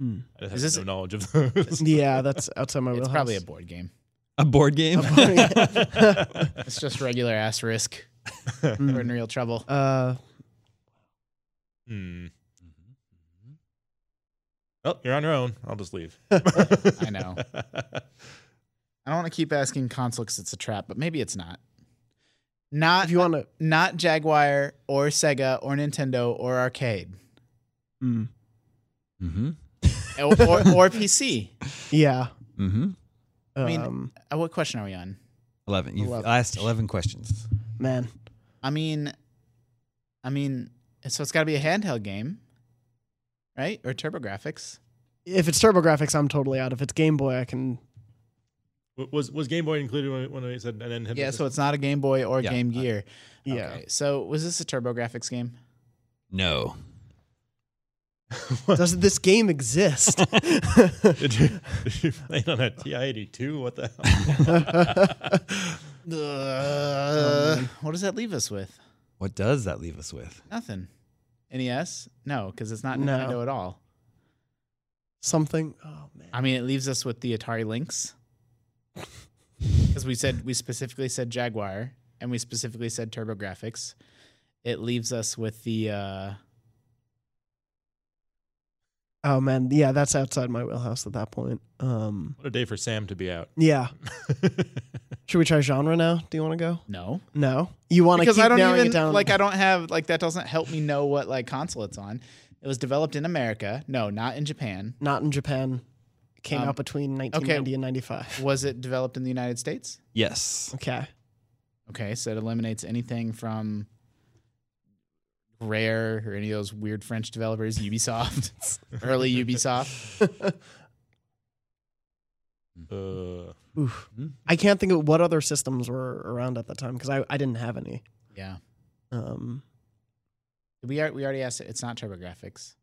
[SPEAKER 5] I just have
[SPEAKER 6] Is this
[SPEAKER 5] no
[SPEAKER 6] a-
[SPEAKER 5] knowledge of those.
[SPEAKER 4] Yeah, that's outside my
[SPEAKER 6] It's
[SPEAKER 4] wheelhouse.
[SPEAKER 6] probably a board game.
[SPEAKER 3] A board game?
[SPEAKER 6] It's just regular
[SPEAKER 4] <laughs>
[SPEAKER 6] ass Risk. <laughs> We're in real trouble.
[SPEAKER 4] Mm-hmm. uh,
[SPEAKER 5] Hmm. Oh, you're on your own. I'll just leave.
[SPEAKER 6] I know. I don't want to keep asking console because it's a trap, but maybe it's not. Not
[SPEAKER 4] if you want to,
[SPEAKER 6] not Jaguar or Sega or Nintendo or
[SPEAKER 4] <laughs>
[SPEAKER 6] arcade
[SPEAKER 3] <laughs> mm-hmm.
[SPEAKER 6] or, or, or PC.
[SPEAKER 4] yeah.
[SPEAKER 3] Mm-hmm.
[SPEAKER 4] Um,
[SPEAKER 6] mean- Uh, what question are we on?
[SPEAKER 3] 11. You've
[SPEAKER 4] Eleven.
[SPEAKER 3] asked 11 questions.
[SPEAKER 4] man,
[SPEAKER 6] I mean, I mean, so it's got to be a handheld game, right? Or TurboGrafx.
[SPEAKER 4] if it's TurboGrafx, I'm totally out. If it's Game Boy, I
[SPEAKER 6] <laughs>
[SPEAKER 4] can.
[SPEAKER 5] W- Was was Game Boy included when, when we said an Nintendo?
[SPEAKER 6] Yeah, so
[SPEAKER 5] system?
[SPEAKER 6] it's not a Game Boy or
[SPEAKER 3] Yeah,
[SPEAKER 6] Game Gear.
[SPEAKER 4] Yeah.
[SPEAKER 6] Okay, so was this a TurboGrafx game?
[SPEAKER 3] No.
[SPEAKER 4] Does this game exist?
[SPEAKER 6] <laughs>
[SPEAKER 5] did you, did you play it on a TI-82? What the hell?
[SPEAKER 6] Uh, what does that leave us with?
[SPEAKER 3] What does that leave us with?
[SPEAKER 6] Nothing. NES? No, because it's not
[SPEAKER 4] No.
[SPEAKER 6] Nintendo at all.
[SPEAKER 4] Something. Oh man.
[SPEAKER 6] I mean, it leaves us with the Atari Lynx. Because we said we specifically said Jaguar and we specifically said TurboGrafx. It leaves us with the uh,
[SPEAKER 4] Oh man. Yeah, that's outside my wheelhouse at that point. Um.
[SPEAKER 5] what a day for Sam to be out.
[SPEAKER 6] <laughs>
[SPEAKER 4] Yeah. Should we try genre now? Do you want to go?
[SPEAKER 6] no.
[SPEAKER 4] No. You want to
[SPEAKER 6] because
[SPEAKER 4] keep
[SPEAKER 6] I don't
[SPEAKER 4] narrowing
[SPEAKER 6] even
[SPEAKER 4] it down?
[SPEAKER 6] like I don't have like that doesn't help me know what like console it's on. It was developed in America. No, not in Japan.
[SPEAKER 4] Not in Japan. Came
[SPEAKER 6] Um,
[SPEAKER 4] out between 1990 and 95.
[SPEAKER 6] Was it developed in the United States?
[SPEAKER 3] Yes.
[SPEAKER 4] Okay.
[SPEAKER 6] Okay, so it eliminates anything from Rare or any of those weird French developers, Ubisoft, <laughs> early Ubisoft.
[SPEAKER 5] Uh,
[SPEAKER 4] Oof. I can't think of what other systems were around at the time because I, I didn't have any.
[SPEAKER 6] Yeah,
[SPEAKER 4] Um,
[SPEAKER 6] we are, we already asked it. It's not TurboGrafx.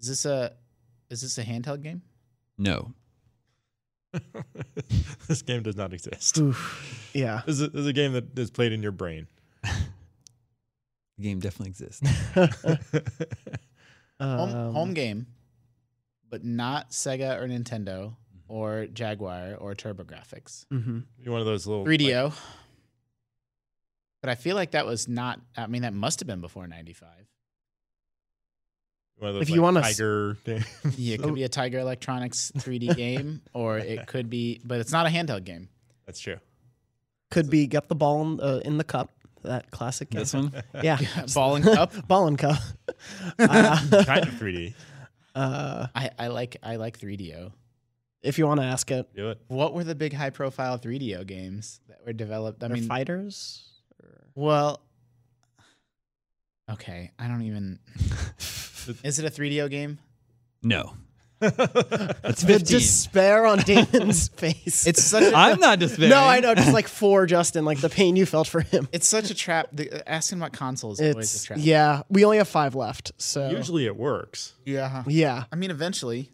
[SPEAKER 6] Is this a is this a handheld game?
[SPEAKER 3] No.
[SPEAKER 5] this game does not exist.
[SPEAKER 4] oof. Yeah.
[SPEAKER 5] This is, a, this is a game that is played in your brain.
[SPEAKER 3] The game definitely exists.
[SPEAKER 6] Home,
[SPEAKER 4] Um,
[SPEAKER 6] home game, but not Sega or Nintendo or Jaguar or TurboGrafx.
[SPEAKER 4] mhm.
[SPEAKER 5] Oh, You're one of those little
[SPEAKER 6] 3DO. But I feel like that was not. I mean, that must have been before '95.
[SPEAKER 5] One of those,
[SPEAKER 4] If you
[SPEAKER 5] like,
[SPEAKER 4] wanna s-
[SPEAKER 5] tiger,
[SPEAKER 6] Yeah, it could be a Tiger Electronics <laughs> 3D game, or it could be, but it's not a handheld <laughs> game.
[SPEAKER 5] that's true.
[SPEAKER 4] Could be get the ball in, uh, in the cup. That classic. Game.
[SPEAKER 3] This one?
[SPEAKER 4] <laughs> Yeah.
[SPEAKER 6] <laughs> Ball and cup.
[SPEAKER 4] ball and
[SPEAKER 6] <laughs>
[SPEAKER 4] cup. Uh,
[SPEAKER 5] Kind of 3D.
[SPEAKER 4] uh,
[SPEAKER 6] I, I like I like 3DO.
[SPEAKER 4] if you want to ask it,
[SPEAKER 5] Do it.
[SPEAKER 6] What were the big high profile 3DO games that were developed? I
[SPEAKER 4] they're
[SPEAKER 6] mean,
[SPEAKER 4] fighters.
[SPEAKER 6] well, okay, I don't <laughs> even. Is it a 3DO game?
[SPEAKER 3] <laughs> No. That's
[SPEAKER 4] The
[SPEAKER 3] 15.
[SPEAKER 4] despair
[SPEAKER 6] <laughs>
[SPEAKER 4] on Damon's face.
[SPEAKER 6] <laughs> It's such. A,
[SPEAKER 3] I'm not despairing.
[SPEAKER 4] <laughs> no, I know.
[SPEAKER 6] <laughs>
[SPEAKER 4] Just like for Justin, like the pain you felt for him.
[SPEAKER 6] It's such a trap. The, uh, asking about consoles is always a
[SPEAKER 4] It's
[SPEAKER 6] trap.
[SPEAKER 4] yeah. We only have five left, so
[SPEAKER 5] Usually it works.
[SPEAKER 6] yeah. uh-huh.
[SPEAKER 4] yeah.
[SPEAKER 6] I mean, eventually.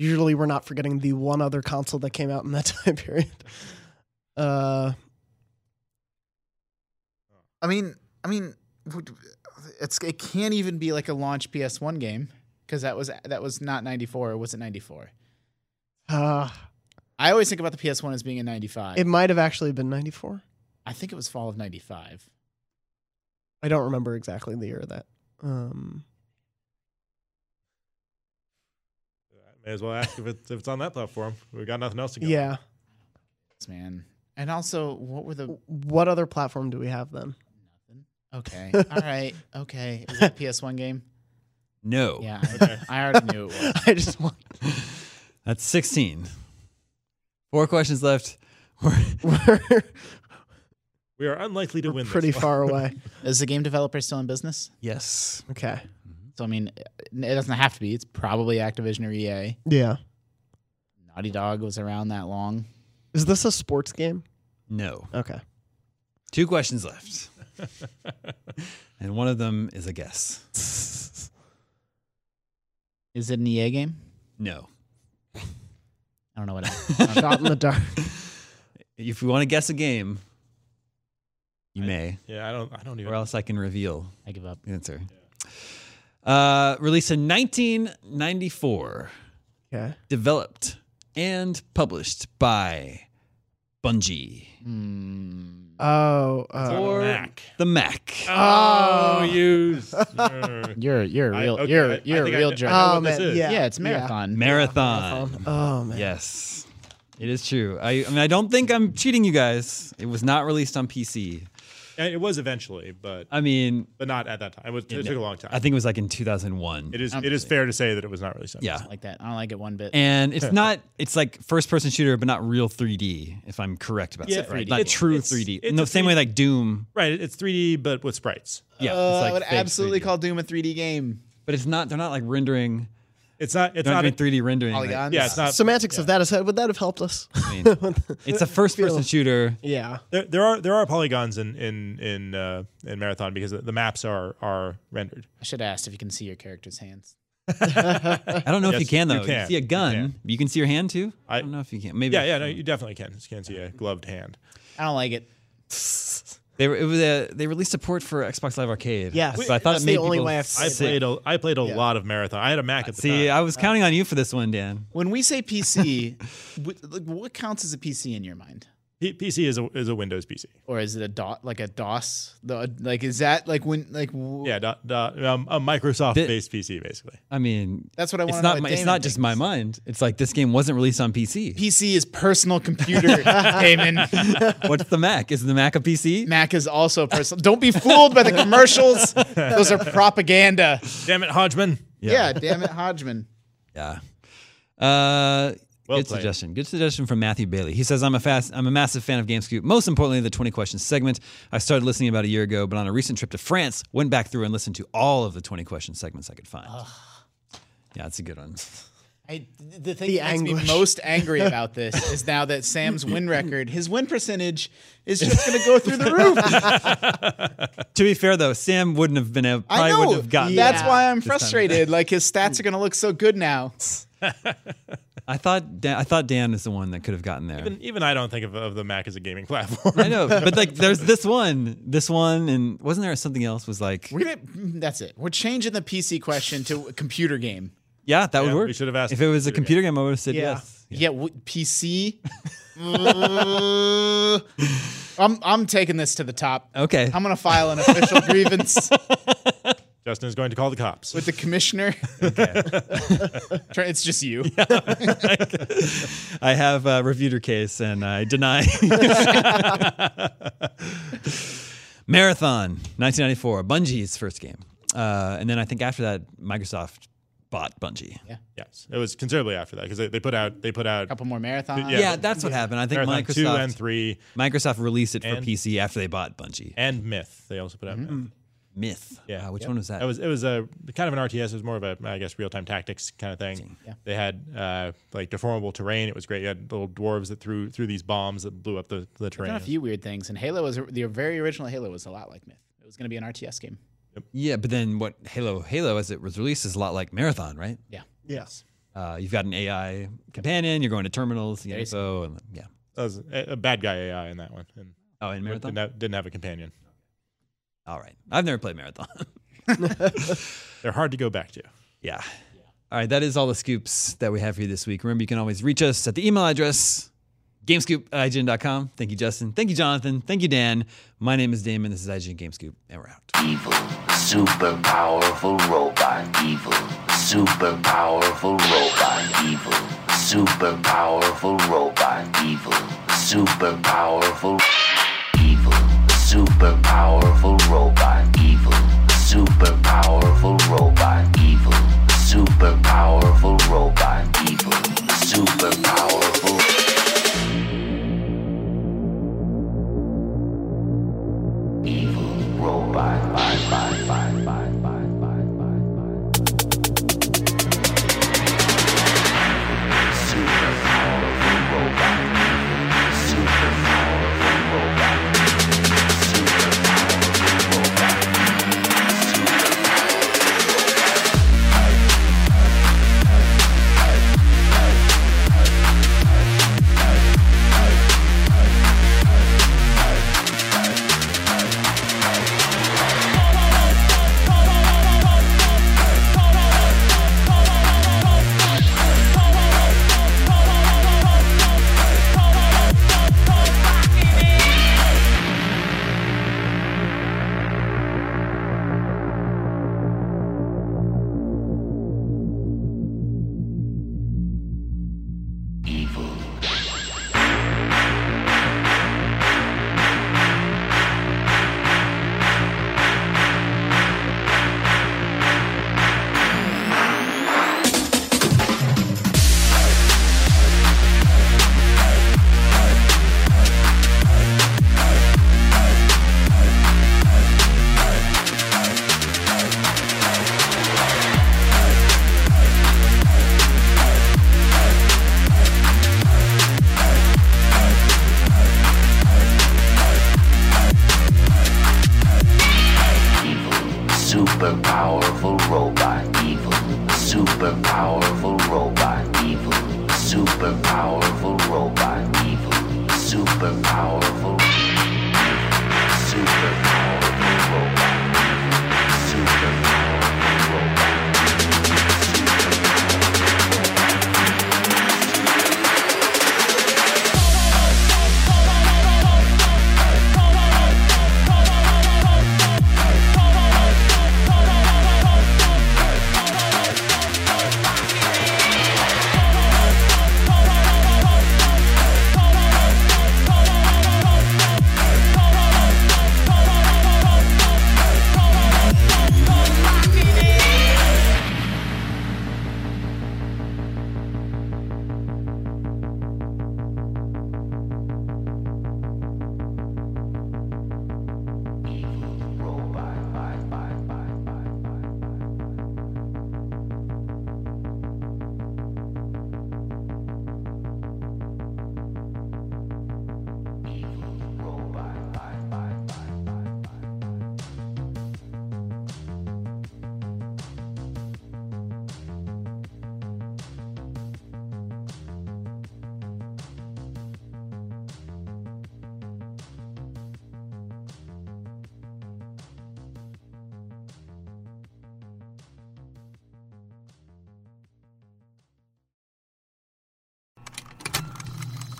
[SPEAKER 4] Usually we're not forgetting the one other console that came out in that <laughs> time period. Uh,
[SPEAKER 6] I mean, I mean, would- it's it can't even be like a launch PS1 game because that was that was not 94. Or was it 94?
[SPEAKER 4] uh
[SPEAKER 6] I always think about the PS1 as being in 95.
[SPEAKER 4] it might have actually been ninety four.
[SPEAKER 6] I think it was fall of 95.
[SPEAKER 4] I don't remember exactly the year of that. Um,
[SPEAKER 5] May as well ask if it's, if it's on that platform. We've got nothing else to go.
[SPEAKER 4] yeah.
[SPEAKER 6] Man. And also, what were the
[SPEAKER 4] What other platform do we have then? Oh. <laughs>
[SPEAKER 6] Okay. All right. Okay. Is it a PS1 game?
[SPEAKER 3] No.
[SPEAKER 6] Yeah. I, I already knew it was.
[SPEAKER 4] Oh. <laughs> I just want
[SPEAKER 3] That's 16. Four questions left. <laughs> We're-
[SPEAKER 4] we're,
[SPEAKER 5] We are unlikely to
[SPEAKER 4] we're
[SPEAKER 5] win. this
[SPEAKER 4] pretty
[SPEAKER 5] one.
[SPEAKER 4] far
[SPEAKER 5] <laughs>
[SPEAKER 4] away.
[SPEAKER 6] Is the game developer still in business?
[SPEAKER 3] yes.
[SPEAKER 4] Okay.
[SPEAKER 6] So I mean, it doesn't have to be. It's probably Activision or EA.
[SPEAKER 4] Yeah.
[SPEAKER 6] Naughty Dog was around that long.
[SPEAKER 4] Is this a sports game?
[SPEAKER 3] No.
[SPEAKER 4] Okay.
[SPEAKER 3] Two questions left. and one of them is a guess.
[SPEAKER 6] Is it an EA game?
[SPEAKER 3] No.
[SPEAKER 6] I don't know what. I, I
[SPEAKER 4] <laughs>
[SPEAKER 6] don't know.
[SPEAKER 4] Shot in the dark.
[SPEAKER 3] If you want to guess a game, you may,
[SPEAKER 5] Yeah, I don't. I don't even.
[SPEAKER 3] or else I can reveal
[SPEAKER 6] I give up.
[SPEAKER 3] the answer. Uh, released in 1994,
[SPEAKER 4] Okay.
[SPEAKER 3] developed and published by Bungie
[SPEAKER 6] Hmm.
[SPEAKER 4] Oh. Uh,
[SPEAKER 3] for
[SPEAKER 5] Mac.
[SPEAKER 3] the Mac.
[SPEAKER 5] Oh, you. s-
[SPEAKER 6] You're you're a
[SPEAKER 5] I-
[SPEAKER 6] real
[SPEAKER 5] okay,
[SPEAKER 6] you're
[SPEAKER 5] I- I
[SPEAKER 6] you're a
[SPEAKER 5] think I
[SPEAKER 6] real
[SPEAKER 5] kn- I
[SPEAKER 6] jerk.
[SPEAKER 5] know
[SPEAKER 4] oh
[SPEAKER 5] what this
[SPEAKER 4] man.
[SPEAKER 5] is.
[SPEAKER 4] Yeah.
[SPEAKER 6] yeah, it's marathon.
[SPEAKER 3] Marathon.
[SPEAKER 4] Oh man.
[SPEAKER 3] Yes, it is true. I, I mean, I don't think I'm cheating you guys. It was not released on PC.
[SPEAKER 5] And It was eventually, but
[SPEAKER 3] I mean,
[SPEAKER 5] but not at that time. It, was, it took a long time.
[SPEAKER 3] I think it was like in 2001.
[SPEAKER 5] it is. It is fair to say that it was not really something.
[SPEAKER 3] yeah,
[SPEAKER 6] I don't Like that. I don't like it one bit.
[SPEAKER 3] and
[SPEAKER 5] <laughs>
[SPEAKER 3] it's not. It's like first-person shooter, but not real 3D. If I'm correct about that,
[SPEAKER 5] Yeah, it's
[SPEAKER 3] right?
[SPEAKER 5] 3D.
[SPEAKER 3] Not
[SPEAKER 5] It's-
[SPEAKER 3] true
[SPEAKER 5] it's-
[SPEAKER 3] 3D.
[SPEAKER 5] it's
[SPEAKER 3] In the
[SPEAKER 5] a
[SPEAKER 3] same way,
[SPEAKER 5] 3D.
[SPEAKER 3] like Doom.
[SPEAKER 5] Right. It's 3D, but with sprites.
[SPEAKER 3] Yeah,
[SPEAKER 6] Uh,
[SPEAKER 3] it's like
[SPEAKER 6] I would
[SPEAKER 3] fake
[SPEAKER 6] absolutely
[SPEAKER 3] 3D.
[SPEAKER 6] call Doom a 3D game.
[SPEAKER 3] But it's not. They're not like rendering.
[SPEAKER 5] It's not. It's
[SPEAKER 3] They're not
[SPEAKER 5] not.
[SPEAKER 3] doing
[SPEAKER 5] A,
[SPEAKER 3] 3D rendering. like-
[SPEAKER 6] Polygons.
[SPEAKER 5] yeah, it's not.
[SPEAKER 4] Semantics of that aside, would that have helped
[SPEAKER 5] <laughs>
[SPEAKER 4] us?
[SPEAKER 3] I mean, it's a first-person shooter.
[SPEAKER 4] yeah.
[SPEAKER 5] There, there are there are polygons in in in uh, in marathon because the maps are are rendered.
[SPEAKER 6] I should have asked if you can see your character's hands.
[SPEAKER 3] I don't know if
[SPEAKER 5] Yes,
[SPEAKER 3] you can though.
[SPEAKER 5] you
[SPEAKER 3] You can
[SPEAKER 5] can.
[SPEAKER 3] see a
[SPEAKER 5] You
[SPEAKER 3] gun. You
[SPEAKER 5] can.
[SPEAKER 3] can, see your hand too. I,
[SPEAKER 5] I-
[SPEAKER 3] don't know if you can. Maybe.
[SPEAKER 5] Yeah, yeah. No, you definitely can. Just can't see a gloved hand.
[SPEAKER 6] I don't like it.
[SPEAKER 3] They were, it was a, they released support for Xbox Live Arcade.
[SPEAKER 4] Yes.
[SPEAKER 3] so I thought
[SPEAKER 4] That's
[SPEAKER 3] it
[SPEAKER 4] the
[SPEAKER 3] made
[SPEAKER 4] only
[SPEAKER 3] people
[SPEAKER 4] way I've
[SPEAKER 5] I
[SPEAKER 3] sick.
[SPEAKER 5] played a I played a lot of marathon. I had a Mac at the
[SPEAKER 3] See, uh, I
[SPEAKER 5] time.
[SPEAKER 3] was counting on you for this one, Dan.
[SPEAKER 6] When we say <laughs> PC, wh- like, what counts as a PC in your mind?
[SPEAKER 5] P- PC is a is a Windows PC.
[SPEAKER 6] Or is it a dot like a DOS? The- Like is that like when like w-
[SPEAKER 5] Yeah, dot, dot, um, a Microsoft
[SPEAKER 3] Thi-
[SPEAKER 5] based PC basically.
[SPEAKER 3] I mean,
[SPEAKER 6] That's what I
[SPEAKER 3] it's
[SPEAKER 6] want.
[SPEAKER 3] not my, it's not just my mind. It's like this game wasn't released on PC.
[SPEAKER 6] PC is personal <laughs> computer, Damon.
[SPEAKER 3] What's the Mac? Is the Mac a PC?
[SPEAKER 6] Mac is also personal. Don't be fooled by
[SPEAKER 3] <laughs>
[SPEAKER 6] the commercials. Those are propaganda.
[SPEAKER 5] Damn it, Hodgman.
[SPEAKER 6] Yeah, damn it, Hodgman.
[SPEAKER 3] Yeah. Uh,
[SPEAKER 5] Well
[SPEAKER 3] good
[SPEAKER 5] played.
[SPEAKER 3] suggestion. Good suggestion from Matthew Bailey. He says, "I'm a fast. I'm a massive fan of GameScoop. Most importantly, the 20 questions segment. I started listening about a year ago, but on a recent trip to France, went back through and listened to all of the 20 question segments I could find. Yeah, that's a good one. <laughs>
[SPEAKER 6] I, the thing
[SPEAKER 4] The
[SPEAKER 6] that makes
[SPEAKER 4] anguish.
[SPEAKER 6] me most angry about this is now that Sam's win record, his win percentage is just going to go
[SPEAKER 3] <laughs>
[SPEAKER 6] through the roof.
[SPEAKER 3] to be fair, though, Sam wouldn't have been able.
[SPEAKER 6] I
[SPEAKER 3] Probably
[SPEAKER 6] know.
[SPEAKER 3] wouldn't have gotten.
[SPEAKER 6] That's
[SPEAKER 3] that
[SPEAKER 6] why I'm
[SPEAKER 3] this time.
[SPEAKER 6] frustrated. Like his stats are going to look so good now.
[SPEAKER 3] I thought. Dan, I thought Dan is the one that could have gotten there.
[SPEAKER 5] Even, even I don't think of, of the Mac as a gaming <laughs> platform.
[SPEAKER 3] I know, but like, there's this one, this one, and wasn't there something else? Was like,
[SPEAKER 6] We're gonna, Mm, that's it. We're changing the PC question to a computer game.
[SPEAKER 3] yeah, that would
[SPEAKER 5] Yeah,
[SPEAKER 3] work.
[SPEAKER 5] we should have asked
[SPEAKER 3] if it was a computer
[SPEAKER 5] computer
[SPEAKER 3] game. I would have said
[SPEAKER 4] Yeah.
[SPEAKER 3] yes.
[SPEAKER 6] Yeah, w- PC Uh, I'm I'm taking this to the top.
[SPEAKER 3] Okay.
[SPEAKER 6] I'm gonna file an
[SPEAKER 3] <laughs>
[SPEAKER 6] official grievance
[SPEAKER 5] Justin is going to call the cops.
[SPEAKER 6] with the commissioner. <laughs> Try- it's just you.
[SPEAKER 3] I have uh, reviewed her case and I
[SPEAKER 6] <laughs>
[SPEAKER 3] deny. Marathon, 1994, Bungie's first game. Uh, and then I think after that, Microsoft bought Bungie. Yeah,
[SPEAKER 5] yes, it was considerably after that because they, they put out they put out
[SPEAKER 6] couple more marathons.
[SPEAKER 5] Yeah.
[SPEAKER 3] that's what happened. I think
[SPEAKER 5] Marathon
[SPEAKER 3] Microsoft
[SPEAKER 5] two and three
[SPEAKER 3] Microsoft released it for
[SPEAKER 5] And-
[SPEAKER 3] PC after they bought Bungie.
[SPEAKER 5] and Myth. They also put out Myth.
[SPEAKER 3] Myth.
[SPEAKER 5] Yeah.
[SPEAKER 3] Uh, Mm-hmm. which one was that?
[SPEAKER 5] That was it was a kind of an RTS. It was more of a I guess real time tactics kind of thing. They had uh, like deformable terrain. It was great. You had little dwarves that threw threw these bombs that blew up the, the terrain.
[SPEAKER 6] Done a few weird things, and Halo was the very original Halo was a lot like Myth. It was gonna be an RTS game.
[SPEAKER 3] yeah, but then what Halo Halo as it was released is a lot like Marathon, right?
[SPEAKER 6] Yeah.
[SPEAKER 4] Yes.
[SPEAKER 3] Uh, you've got an AI companion, you're going to terminals, the info, and yeah.
[SPEAKER 5] That was a, a bad guy AI in that one. And
[SPEAKER 3] Oh, and Marathon?
[SPEAKER 5] didn't have, didn't have a companion.
[SPEAKER 3] All right. I've never played Marathon. <laughs>
[SPEAKER 5] They're hard to go back to.
[SPEAKER 3] Yeah. All right, that is all the scoops that we have for you this week. Remember, you can always reach us at the email address, gamescoop.ign.com. Thank you, Justin. Thank you, Jonathan. Thank you, Dan. My name is Damon. This is IGN Gamescoop, and we're out.
[SPEAKER 7] Evil, super powerful robot. Evil, super powerful robot. Evil, super powerful robot. Evil, super powerful. Evil, super powerful robot. Evil, super powerful robot. Evil, super powerful robot. Evil, super powerful. Evil robot. Bye, bye, bye, bye, bye, bye, bye, bye. Super powerful robot. Super powerful robot. Super powerful robot. Super evil. evil, super powerful robot evil, super powerful robot evil, super powerful robot evil, super powerful, super powerful robot, super powerful robot.
[SPEAKER 8] Bye.